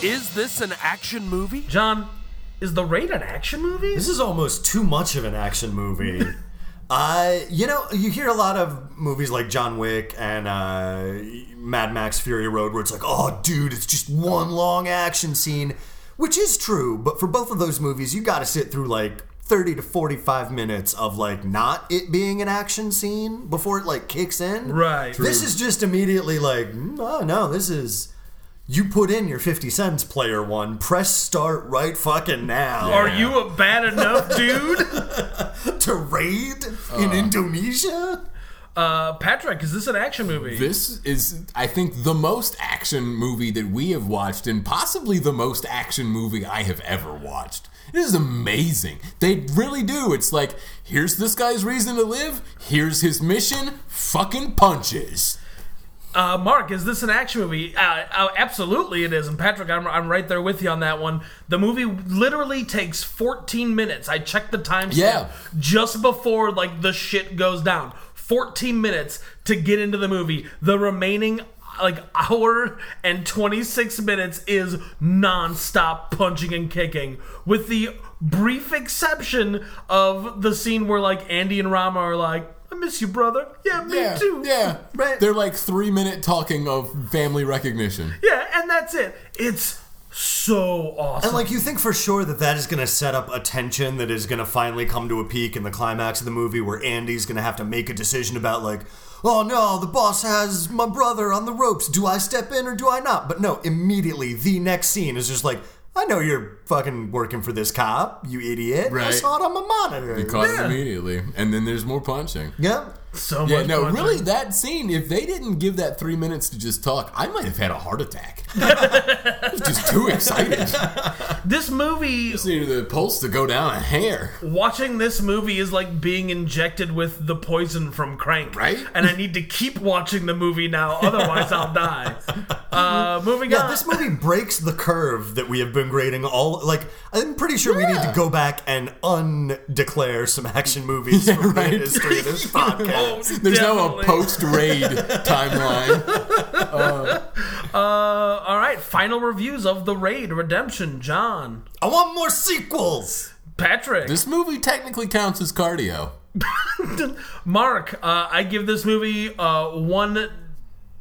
S4: Is this an action movie?
S1: John, is The Raid an action movie?
S3: This is almost too much of an action movie. uh, you know, you hear a lot of movies like John Wick and uh, Mad Max Fury Road where it's like, oh, dude, it's just one long action scene, which is true, but for both of those movies, you gotta sit through like 30 to 45 minutes of like not it being an action scene before it like kicks in.
S1: Right.
S3: This is just immediately like, mm, oh no, this is. You put in your 50 cents player one, press start right fucking now
S1: Are you a bad enough dude?
S3: to raid in Indonesia?
S1: Uh, Patrick, is this an action movie?
S2: This is, I think, the most action movie that we have watched, and possibly the most action movie I have ever watched. This is amazing. They really do. It's like, here's this guy's reason to live, here's his mission, fucking punches.
S1: Uh, Mark, is this an action movie? Uh, uh, absolutely it is. And Patrick, I'm, I'm right there with you on that one. The movie literally takes 14 minutes. I checked the timestamp
S2: Yeah.
S1: just before like the shit goes down. 14 minutes to get into the movie. The remaining like hour and 26 minutes is nonstop punching and kicking with the brief exception of the scene where like Andy and Rama are like I miss you brother. Yeah, me
S2: yeah,
S1: too.
S2: yeah.
S1: Right.
S2: They're like three minute talking of family recognition.
S1: Yeah, and that's it. It's so awesome.
S3: And like you think for sure that that is going to set up a tension that is going to finally come to a peak in the climax of the movie where Andy's going to have to make a decision about like, oh no, the boss has my brother on the ropes. Do I step in or do I not? But no, immediately the next scene is just like, I know you're fucking working for this cop, you idiot. I
S2: Right.
S3: saw it on my monitor.
S2: They caught it immediately, and then there's more punching.
S3: yeah.
S1: so much
S2: Yeah, no,
S1: fun.
S2: really, that scene, if they didn't give that three minutes to just talk, I might have had a heart attack. I was just too excited. Just
S1: This movie
S2: needed the pulse to go down a hair.
S1: watching this movie is like being injected with the poison from crank
S2: Right?
S1: and i need to keep watching the movie now otherwise i'll die uh moving
S3: Yeah,
S1: on
S3: this movie breaks the curve that we have been grading all. Like, I'm pretty sure we need to
S2: Yeah.
S3: go back and undeclare some action movies from
S2: right.
S3: the history of this podcast.
S1: Oh,
S2: There's
S1: definitely.
S2: no a post raid timeline.
S1: uh, all right final reviews of the raid redemption john
S3: I want more sequels.
S1: patrick
S2: This movie technically counts as cardio.
S1: mark uh, i give this movie uh one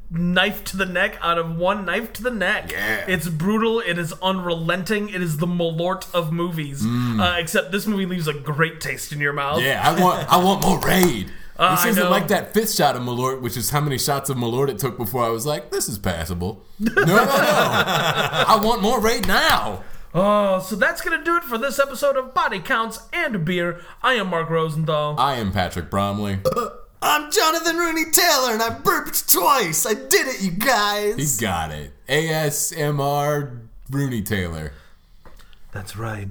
S1: knife to the neck out of one knife to the neck
S2: Yeah.
S1: it's brutal it is unrelenting it is the malort of movies uh, except this movie leaves a great taste in your mouth
S2: Yeah, I want I want more raid. this
S1: Uh, I
S2: isn't
S1: know.
S2: like that fifth shot of Malort, which is how many shots of Malort it took before I was like, this is passable. No, no, no. I want more raid now.
S1: Oh, so that's gonna do it for this episode of Body Counts and Beer. I am Mark Rosendahl.
S2: I am Patrick Bromley.
S3: I'm Jonathan Rooney Taylor, and I burped twice. I did it, you guys.
S2: He got it. ASMR Rooney Taylor.
S1: That's right.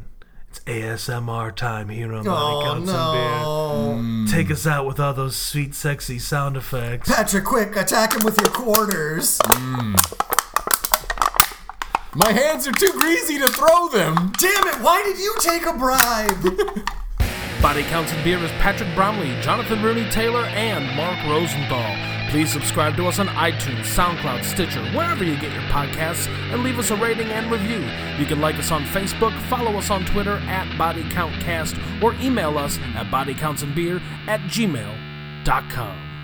S1: It's ASMR time here on
S3: oh no,
S1: Beer. Take us out with all those sweet, sexy sound effects.
S3: Patrick, quick! Attack him with your quarters.
S2: My hands are too greasy to throw them.
S3: Damn it! Why did you take a bribe?
S4: Body Counts and Beer is Patrick Bromley, Jonathan Rooney Taylor, and Mark Rosenthal. Please subscribe to us on iTunes, SoundCloud, Stitcher, wherever you get your podcasts, and leave us a rating and review. You can like us on Facebook, follow us on Twitter at BodyCountCast, or email us at bodycountsandbeer at gmail.com.